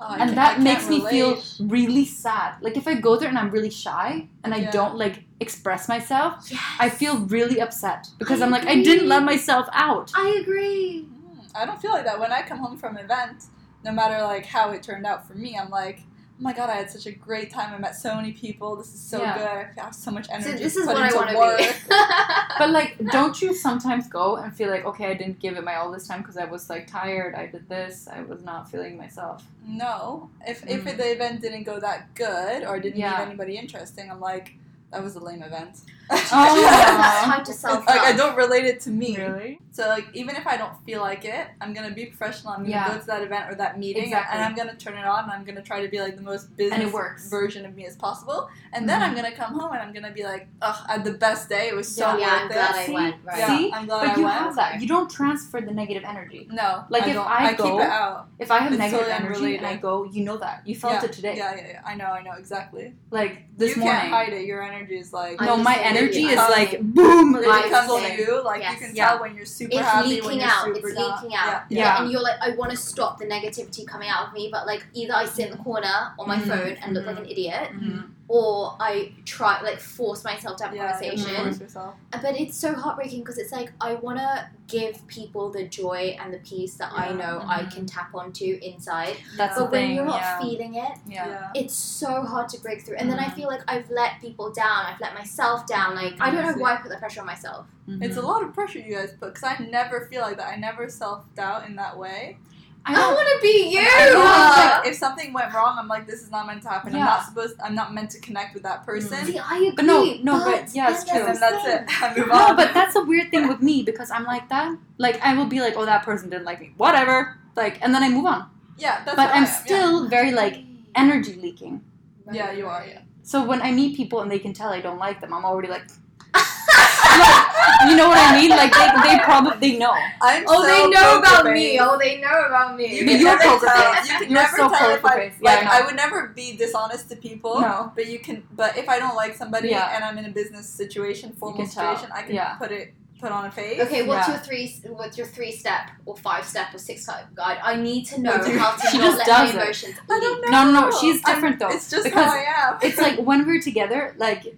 C: Oh,
B: and
C: I can't- I
B: that
C: can't
B: makes me feel
C: relate.
B: really sad. Like if I go there and I'm really shy and I
C: Yeah.
B: don't like express myself,
A: Yes.
B: I feel really upset because
A: I
B: I'm like, I
A: agree.
B: didn't let myself out.
A: I agree.
C: Mm, I don't feel like that when I come home from an event. No matter like how it turned out for me, I'm like, oh my god, I had such a great time. I met so many people. This is so
B: Yeah.
C: good. I have so much energy.
A: So
C: to
A: this is
C: put
A: what I
C: into
A: want
C: work.
A: to
B: But like, don't you sometimes go and feel like, okay, I didn't give it my all this time because I was like tired, I did this, I was not feeling myself.
C: No, if if
B: Mm.
C: the event didn't go that good or didn't
B: Yeah.
C: meet anybody interesting, I'm like, that was a lame event.
A: be. That's
B: Oh.
A: time to self
C: like I don't relate it to me.
B: Really?
C: So like even if I don't feel like it, I'm gonna be professional. I'm gonna
B: Yeah.
C: go to that event or that meeting,
B: Exactly.
C: and I'm gonna turn it on. and I'm gonna try to be like the most business
B: works.
C: version of me as possible. And then
B: Mhm.
C: I'm gonna come home and I'm gonna be like, ugh, I had the best day. It was so
A: Yeah, I'm
C: worth
A: glad
C: it.
A: I
B: See?
A: went. Right.
C: Yeah,
B: See?
C: I'm glad
B: But
C: I
B: you
C: went.
B: have that. You don't transfer the negative energy.
C: No,
B: Like,
C: I
B: if
C: don't.
B: I
C: keep
B: go-
C: it out.
B: If I have
C: It's
B: negative
C: totally
B: energy and I
C: unrelated.
B: go, you know that. You felt
C: yeah.
B: it today.
C: Yeah, yeah, yeah. I know, I know exactly.
B: Like this
C: you
B: morning.
C: can't hide it. Your energy is like
A: I
B: no, my
A: understand.
B: energy
A: It
B: is
C: comes-
B: like boom.
C: When
A: I
C: it
B: Like,
C: comes
A: understand.
C: to you, like
A: Yes.
C: you can
B: Yeah.
C: tell when you're super
A: It's
C: happy, when
A: leaking
C: you're
A: out.
C: super
A: It's
C: down.
A: leaking out.
C: Yeah,
B: Yeah.
A: And you're like, I want to stop the negativity coming out of me, but like either I sit in the corner on my
B: Mhm.
C: Mm-hmm.
A: phone and look like an idiot,
B: Mhm.
A: or I try like force myself to have a
C: yeah, Mm-hmm. you have to
A: conversation.
C: force yourself.
A: But it's so heartbreaking because it's like I want to give people the joy and the peace that I
C: Yeah. Mm-hmm.
A: know I
B: Mhm.
A: can tap onto inside. But
B: That's the
A: when
B: thing.
A: you're not
B: yeah.
A: feeling it,
B: yeah.
A: it's so hard to break through. And then I
B: Mhm.
A: feel like I've let people down. I've let myself down. Like I don't know
C: Honestly.
A: why I put that pressure on myself.
B: Mm-hmm.
C: It's a lot of pressure you guys put because I never feel like that. I never self doubt in that way.
A: I,
B: I know.
A: want to be you.
C: I feel like if something went wrong, I'm like, this is not meant to happen. I'm
B: Yeah. Mm.
C: not supposed. I'm not meant to connect with that person.
A: See, I agree.
B: But no, no, but yeah,
A: yes,
B: it's true.
C: And then that's it. I move
B: No,
C: on.
B: but that's a weird thing with me because I'm like that. Like I will be like, oh, that person didn't like me. Whatever. Like, and then I move on.
C: yeah, that's
B: but
C: how I
B: I'm
C: am, yeah.
B: still very like energy leaking.
C: Yeah, you are, yeah.
B: So when I meet people and they can tell I don't like them, I'm already like, like you know what I mean? Like they, they probably know.
C: I'm
A: Oh,
C: so
A: they know about
C: poker
A: me.
C: face.
A: Oh, they know about me.
C: You
B: But
C: can
B: you're
C: never
B: poker
C: tell.
B: face.
C: You can
B: You're
C: never
B: so
C: tell if
B: poker
C: I
B: face. Yeah,
C: like.
B: I know.
C: I would never be dishonest to people.
B: No.
C: But you can. But if I don't like somebody
B: Yeah.
C: and I'm in a business situation, formal
B: can tell.
C: situation, I can
B: Yeah.
C: put it put on a face.
A: Okay, what's
B: Yeah.
A: your three? What's your three step or five step or six step guide? I need to know
C: What do you-
A: how to
B: She
A: not
B: just
A: let
B: does
A: my
B: it.
A: emotions.
C: I don't know.
B: No, no, no, she's different though.
C: It's just
B: because
C: how I am.
B: it's like when we're together, like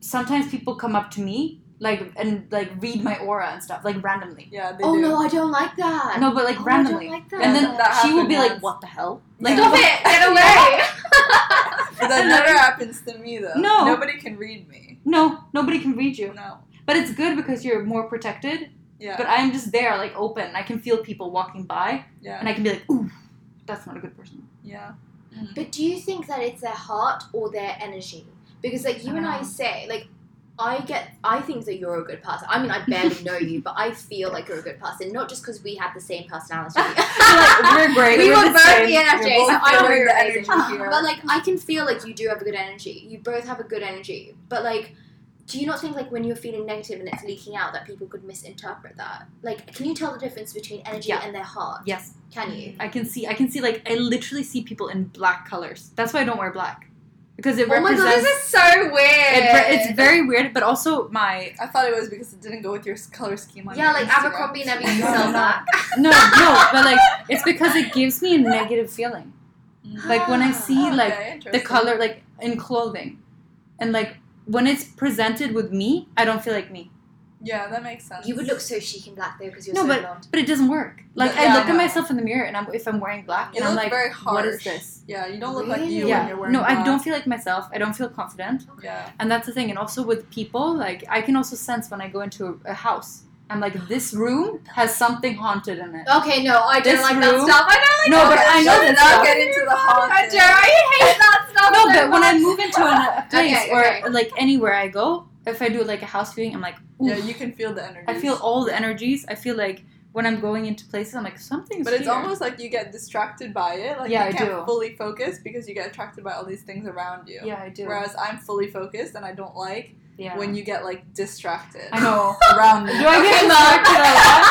B: sometimes people come up to me, like and like read my aura and stuff, like randomly.
C: yeah, they
A: Oh
C: do.
A: no, I don't like that.
B: No, but like
A: Oh, I
B: randomly.
A: don't like that.
B: and then
C: That
B: she will be like,
C: happened once.
B: "What the hell?"
C: Yeah.
B: Like,
A: stop it, get away.
C: But that never happens to me though.
B: No.
C: nobody can read me.
B: No, nobody can read you.
C: No.
B: But it's good because you're more protected.
C: Yeah.
B: But I'm just there, like open. I can feel people walking by,
C: yeah.
B: and I can be like, "Ooh, that's not a good person."
C: yeah.
A: But do you think that it's their heart or their energy? Because like you
B: I
A: and I
B: know.
A: say, like I get, I think that you're a good person. I mean, I barely know you, but I feel like you're a good person, not just because we have the same personality.
B: Like, we're great.
A: we
B: we're
A: were
B: the
A: both
B: same.
A: ENFJs,
C: both
A: so I know
C: feeling
A: you're
C: the
A: amazing.
C: energy here.
A: But like, I can feel like you do have a good energy. You both have a good energy. But like, do you not think like when you're feeling negative and it's leaking out that people could misinterpret that? Like, can you tell the difference between energy
B: Yeah.
A: and their heart?
B: Yes,
A: Can you?
B: I can see. I can see. Like I literally see people in black colors. That's why I don't wear black because it
A: oh my
B: represents.
A: god, this is so weird.
B: it re- it's very weird, but also my
C: I thought it was because it didn't go with your s- color scheme. On
A: yeah,
C: your
A: like
C: Instagram.
A: Abercrombie never used
C: No,
A: sell
C: no.
A: that.
B: no, no, but like it's because it gives me a negative feeling. Like when I see
C: Oh,
B: like
C: okay,
B: the
C: interesting.
B: color like in clothing and like when it's presented with me i don't feel like me
C: Yeah, that makes sense.
A: You would look so chic in black though because you're
B: No,
A: so blonde.
B: but it doesn't work like
C: Yeah,
B: i look
C: no.
B: at myself in the mirror and I'm, if i'm wearing black
C: You
B: and i'm
C: look
B: like
C: very
B: what is
C: harsh.
B: this
C: Yeah, you don't look like
A: Really?
C: you
B: Yeah.
C: when you're wearing.
B: no i
C: black.
B: don't feel like myself i don't feel confident
C: Yeah.
B: and that's the thing and also with people like i can also sense when i go into a, a house i'm like this room has something haunted in it
A: Okay, no, I don't
B: This
A: like that
B: room-
A: stuff. I don't like
B: No,
A: Oh that
B: but I know
A: stuff.
B: that
A: Shut
B: stuff.
A: up.
C: Get into the
A: I
C: haunted.
A: do. I hate that stuff.
B: no
A: so
B: but when i
A: much.
B: move into an- a place
A: Okay,
B: or
A: okay.
B: like anywhere i go if i do like a house viewing i'm like Ooh,
C: Yeah, you can feel the energy.
B: I feel all the energies. I feel like when I'm going into places, I'm like something's.
C: But it's
B: here.
C: almost like you get distracted by it. Like
B: Yeah,
C: you
B: I
C: can't
B: do.
C: fully focus because you get attracted by all these things around you.
B: yeah, I do.
C: Whereas I'm fully focused and I don't like
B: yeah,
C: when you get like distracted
B: I know.
C: around me.
B: Do I get
A: Okay,
B: distracted
A: Mark.
B: a lot?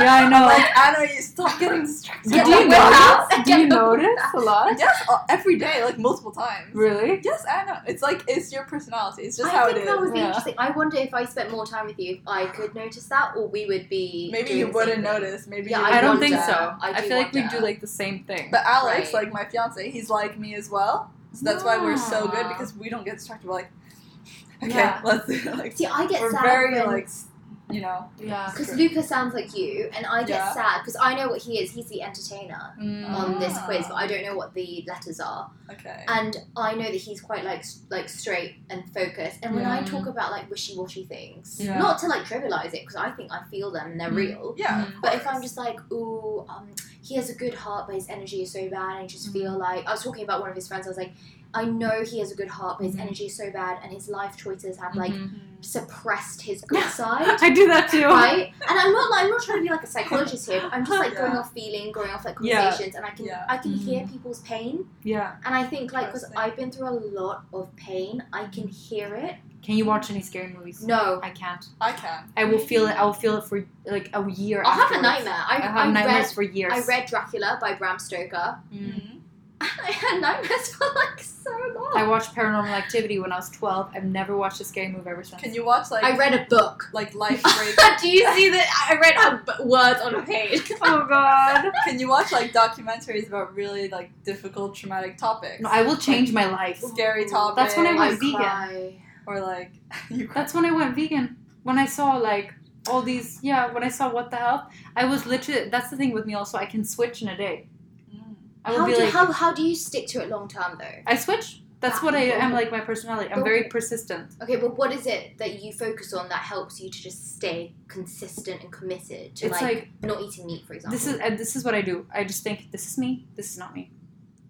B: Yeah, I know.
C: like Anna, you stop getting distracted.
A: Get
B: but do you
A: the whip
B: notice?
A: out.
B: Do you
A: Get the
B: notice a lot?
C: Yes, uh, every day, like multiple times.
B: Really?
C: Yes, Anna. It's like it's your personality. It's just
A: I
C: how
A: think
C: it
A: that
C: is.
A: would be
B: Yeah.
A: interesting. I wonder if I spent more time with you, if I could notice that, or we would be.
C: Maybe
A: doing
C: you
A: the same
C: wouldn't
A: thing.
C: notice. Maybe
A: Yeah,
C: you
A: I
B: I don't
A: wonder.
B: think so.
A: I do
B: feel like we
A: wonder.
B: do like the same thing.
C: But Alex,
A: Right.
C: like my fiance, he's like me as well. So that's why we're so good
B: Yeah.
C: because we don't get distracted. We're like, okay,
B: Yeah.
C: let's like
A: See, I get
C: we're
A: sad
C: very
A: when-
C: like s- you know.
B: yeah.
A: because Luca sounds like you, and I get
C: Yeah.
A: sad because I know what he is. He's the entertainer on this
C: Ah.
A: quiz, but I don't know what the letters are.
C: Okay.
A: and I know that he's quite like s- like straight and focused. And when I
B: Yeah.
A: talk about like wishy washy things,
C: Yeah.
A: not to like trivialize it because I think I feel them and they're
B: Mm.
A: real.
C: Yeah. of
A: But if I'm
C: course.
A: just like, ooh, um, he has a good heart, but his energy is so bad, and I just
C: Mm.
A: feel like I was talking about one of his friends. I was like, I know he has a good heart, but his
C: Mm.
B: Mhm.
A: energy is so bad, and his life choices have like
B: Mm-hmm.
C: Mhm.
A: suppressed his good side.
B: I do that too.
A: Right, and I'm not. Like, I'm not trying to be like a psychologist here. But I'm just like going
C: Yeah.
A: off feeling, going off like
B: Yeah.
A: conversations, and I can
C: Yeah.
A: I can hear
B: Mhm.
A: people's pain,
B: Yeah.
A: and I think, like, because
C: Interesting.
A: I've been through a lot of pain, I can hear it.
B: Can you watch any scary movies?
A: No.
B: I can't.
C: I can.
B: I will feel it. I will feel it for like a year.
A: I'll have a
B: afterwards.
A: nightmare. I,
B: I have
A: I
B: nightmares
A: read
B: for years.
A: I read Dracula by Bram Stoker.
B: Mm.
A: I had nightmares for like so long.
B: I watched Paranormal Activity when I was 12. I've never watched a scary movie ever since.
C: Can you watch like
A: I read a book.
C: like life break?
A: Do you see that? I read a b- words on a page.
B: oh god.
C: Can you watch like documentaries about really like difficult traumatic topics?
B: No, I will change my life.
C: Scary topics.
B: That's when I
A: I
B: was vegan.
A: cry.
C: Or like you cry.
B: That's when I went vegan. When I saw like all these, yeah, when I saw what the hell, I was literally. That's the thing with me also. I can switch in a day.
C: Mm.
B: I would
A: how
B: be
A: do
B: like,
A: how, how do you stick to it long term though?
B: I switch. That's what I am like. My personality. I'm very persistent.
A: Okay, but what is it that you focus on that helps you to just stay consistent and committed to
B: It's like
A: not eating meat, for example?
B: this is and this is what I do. I just think this is me. This is not me.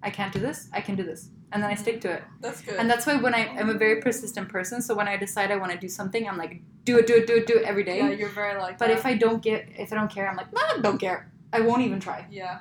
B: I can't do this. I can do this, and then I stick to it.
C: That's good.
B: And that's why when I am a very persistent person, so when I decide I want to do something, I'm like, do it, do it, do it, do it every day.
C: yeah, you're very like
B: But
C: that.
B: if I don't get, if I don't care, I'm like, no, I don't care. I won't even try.
C: yeah.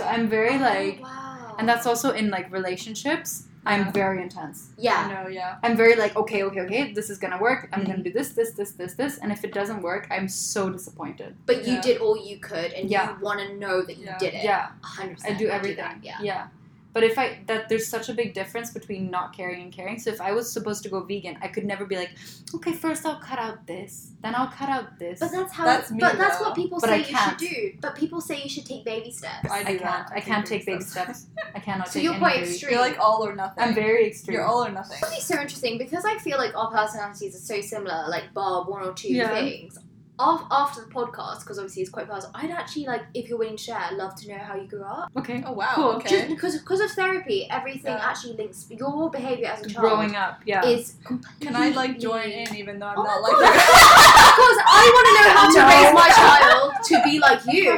B: So
C: Yeah.
B: I'm very like,
A: Oh, wow.
B: and that's also in like relationships.
C: Yeah.
B: I'm very intense.
A: yeah.
C: I know, yeah.
B: I'm very like, okay, okay, okay, this is gonna work. I'm
C: Mm-hmm.
B: gonna do this, this, this, this, this. And if it doesn't work, I'm so disappointed.
A: But you
C: Yeah.
A: did all you could, and
B: Yeah.
A: you want to know that you
C: Yeah.
A: did it.
B: Yeah,
A: 100%.
B: I do
A: that,
B: everything.
A: yeah.
B: yeah. But if I, that there's such a big difference between not caring and caring. So if I was supposed to go vegan, I could never be like, okay, first I'll cut out this, then I'll cut out this.
A: But that's how.
C: That's me,
A: but that's
C: though.
A: what people
B: But I
A: say you should
B: can't.
A: do. But people say you should take baby steps.
C: I do
B: I can't.
C: that.
B: I can't take baby
C: steps.
B: steps. I cannot
A: so
B: take
A: you're
B: any
A: quite
B: baby-
A: extreme.
C: You're like all or nothing.
B: I'm very extreme.
C: You're all or nothing.
A: That'd be so interesting because I feel like our personalities are so similar, like bar one or two
B: Yeah.
A: things. Af- After the podcast, because obviously it's quite personal, I'd actually like, if you're willing to share, I'd love to know how you grew up.
B: okay.
C: Oh wow.
B: Cool.
A: Just
C: Okay.
A: because because of therapy, everything
C: Yeah.
A: actually links. Your behavior as a child
B: Growing up, yeah.
A: is.
C: Can I like
A: completely-
C: join in even though I'm
A: Oh my
C: not
A: God.
C: like that?
A: of course, I want to know how to
B: No.
A: raise my child to be like you.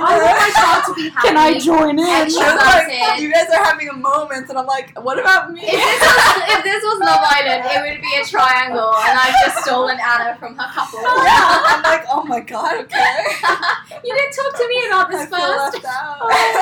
A: I want my child to be happy.
B: Can I join in?
A: Extra-
C: I'm like,
A: That's it.
C: you guys are having a moment, and I'm like, what about me?
A: If this, was, if this was Love Island, it would be a triangle, and I've just stolen Anna from her couple.
C: yeah, I'm like, oh my god, okay.
A: you didn't talk to me about
C: I
A: this
C: feel
A: first.
C: left out.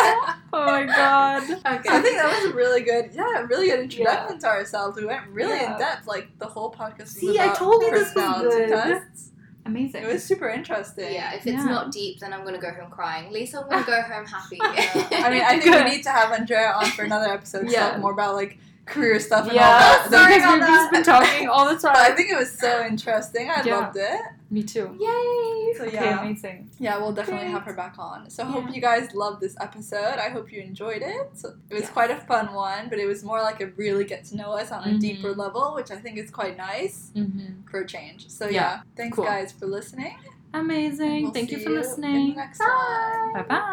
B: oh my god.
C: So I think that was a really good, yeah, really good introduction to ourselves. We went really
B: Yeah.
C: in depth, like the whole podcast. Was
B: See, I
C: about
B: told you this was
C: personality
B: good.
C: tests.
B: Amazing.
C: It was super interesting.
A: Yeah, if it's
B: Yeah.
A: not deep, then I'm gonna go home crying. At least I'm gonna go home happy.
C: Yeah. I mean, I think
B: Good.
C: we need to have Andrea on for another episode to
B: Yeah.
C: talk more about like career stuff and
B: yeah,
C: all Oh, that.
A: Sorry
B: because
A: about
B: we've just been talking all the
C: But I
B: time.
C: think it was so interesting. I
B: Yeah.
C: loved it.
B: Me too.
A: Yay!
C: So
B: Okay,
C: yeah,
B: amazing.
C: yeah, we'll definitely
B: Great.
C: have her back on. So I
B: Yeah.
C: hope you guys loved this episode. I hope you enjoyed it. It was
B: Yeah.
C: quite a fun one, but it was more like a really get to know us on a
B: Mhm.
C: deeper level, which I think is quite nice.
B: Mm-hmm.
C: for a change. So yeah,
B: Yeah.
C: thanks
B: Cool.
C: guys for listening.
B: Amazing.
C: We'll
B: Thank you
C: see
B: for
C: in the
B: listening.
C: next time.
B: Bye bye.